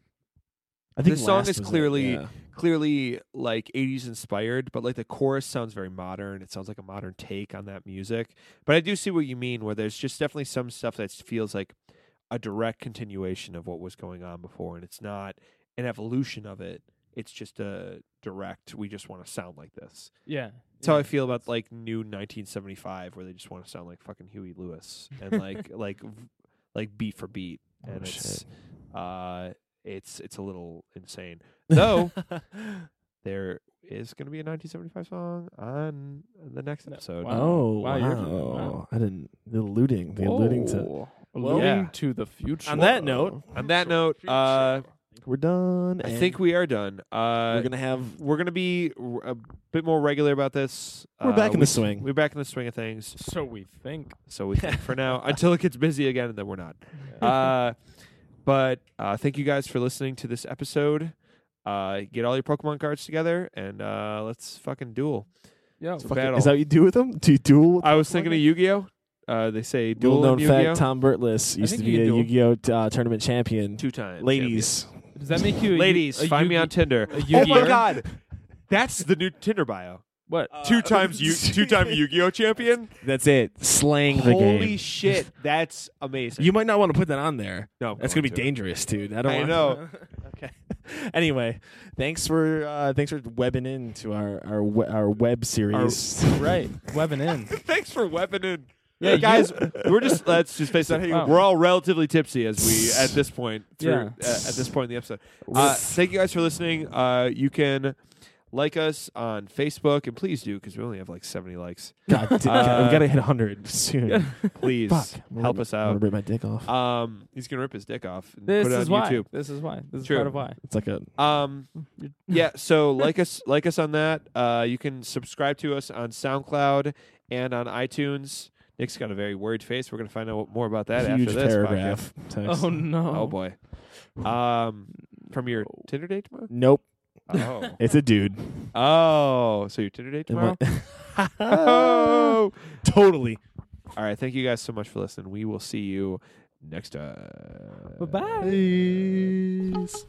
I think The song Last is was it, clearly- yeah. clearly like 80s inspired, but like the chorus sounds very modern. It sounds like a modern take on that music. But I do see what you mean, where there's just definitely some stuff that feels like a direct continuation of what was going on before, and it's not an evolution of it. It's just a direct. We just want to sound like this. Yeah. That's how I feel about like new 1975, where they just want to sound like fucking Huey Lewis and like like v- like beat for beat, Oh, and it's uh, it's it's a little insane. Though there is going to be a 1975 song on the next No. episode. Wow. Oh wow! Wow, you're- wow. I didn't the alluding the alluding to. Whoa. Well, alluding yeah. to the future. On that note, On that note, uh, we're done. I and think we are done. Uh, we're gonna have we're gonna be r- a bit more regular about this. we're Uh, back in we- the swing. We're back in the swing of things. so we think. So we think for now until it gets busy again, and then we're not. Uh, but uh, thank you guys for listening to this episode. Uh, get all your Pokemon cards together and uh, let's fucking duel. Yeah. It's a Fuck it. battle. Is that what you do with them? Do you duel? With I was thinking of Yu-Gi-Oh. Uh, they say duel Little known in Yu-Gi-Oh. fact: Tom Burtless used think to you be can a duel. Yu-Gi-Oh uh, tournament champion. Two times, Ladies, Oh Does that make you a, Ladies, a find me Yugi- on Tinder. a Yu-Gi-Oh? god, that's the new Tinder bio. What? Uh, two times you, two time Yu-Gi-Oh champion. that's it. Slaying the Holy game. shit, that's amazing. you might not want to put that on there. no, I'm That's going gonna be to. dangerous, dude. I don't. I want- know. okay. Anyway, thanks for uh, thanks for webbing into our our we- our web series. Right. Webbing in. Thanks for weaponing. Yeah, Yeah, you- guys, we're just let's just face it. Hey, Wow. We're all relatively tipsy as we at this point. Through, Yeah. uh, at this point in the episode. Uh, thank you guys for listening. Uh, you can like us on Facebook, and please do because we only have like seventy likes. God, damn, Uh, we gotta hit hundred soon. Please Fuck, I'm help gonna- us I'm gonna out. rip my dick off. Um, he's gonna rip his dick off. And This put it is on why. YouTube. This is why. This is True. part of why. It's like a Um, yeah. So like us, like us on that. Uh, you can subscribe to us on SoundCloud and on iTunes. Nick's got a very worried face. We're gonna find out more about that huge after this podcast. paragraph. text. Oh no. Oh boy. Um, from your Tinder date tomorrow. Nope, Oh. it's a dude. oh, so your Tinder date It tomorrow. went- Ah. Oh. totally. All right. Thank you guys so much for listening. We will see you next time. Bye bye. Peace.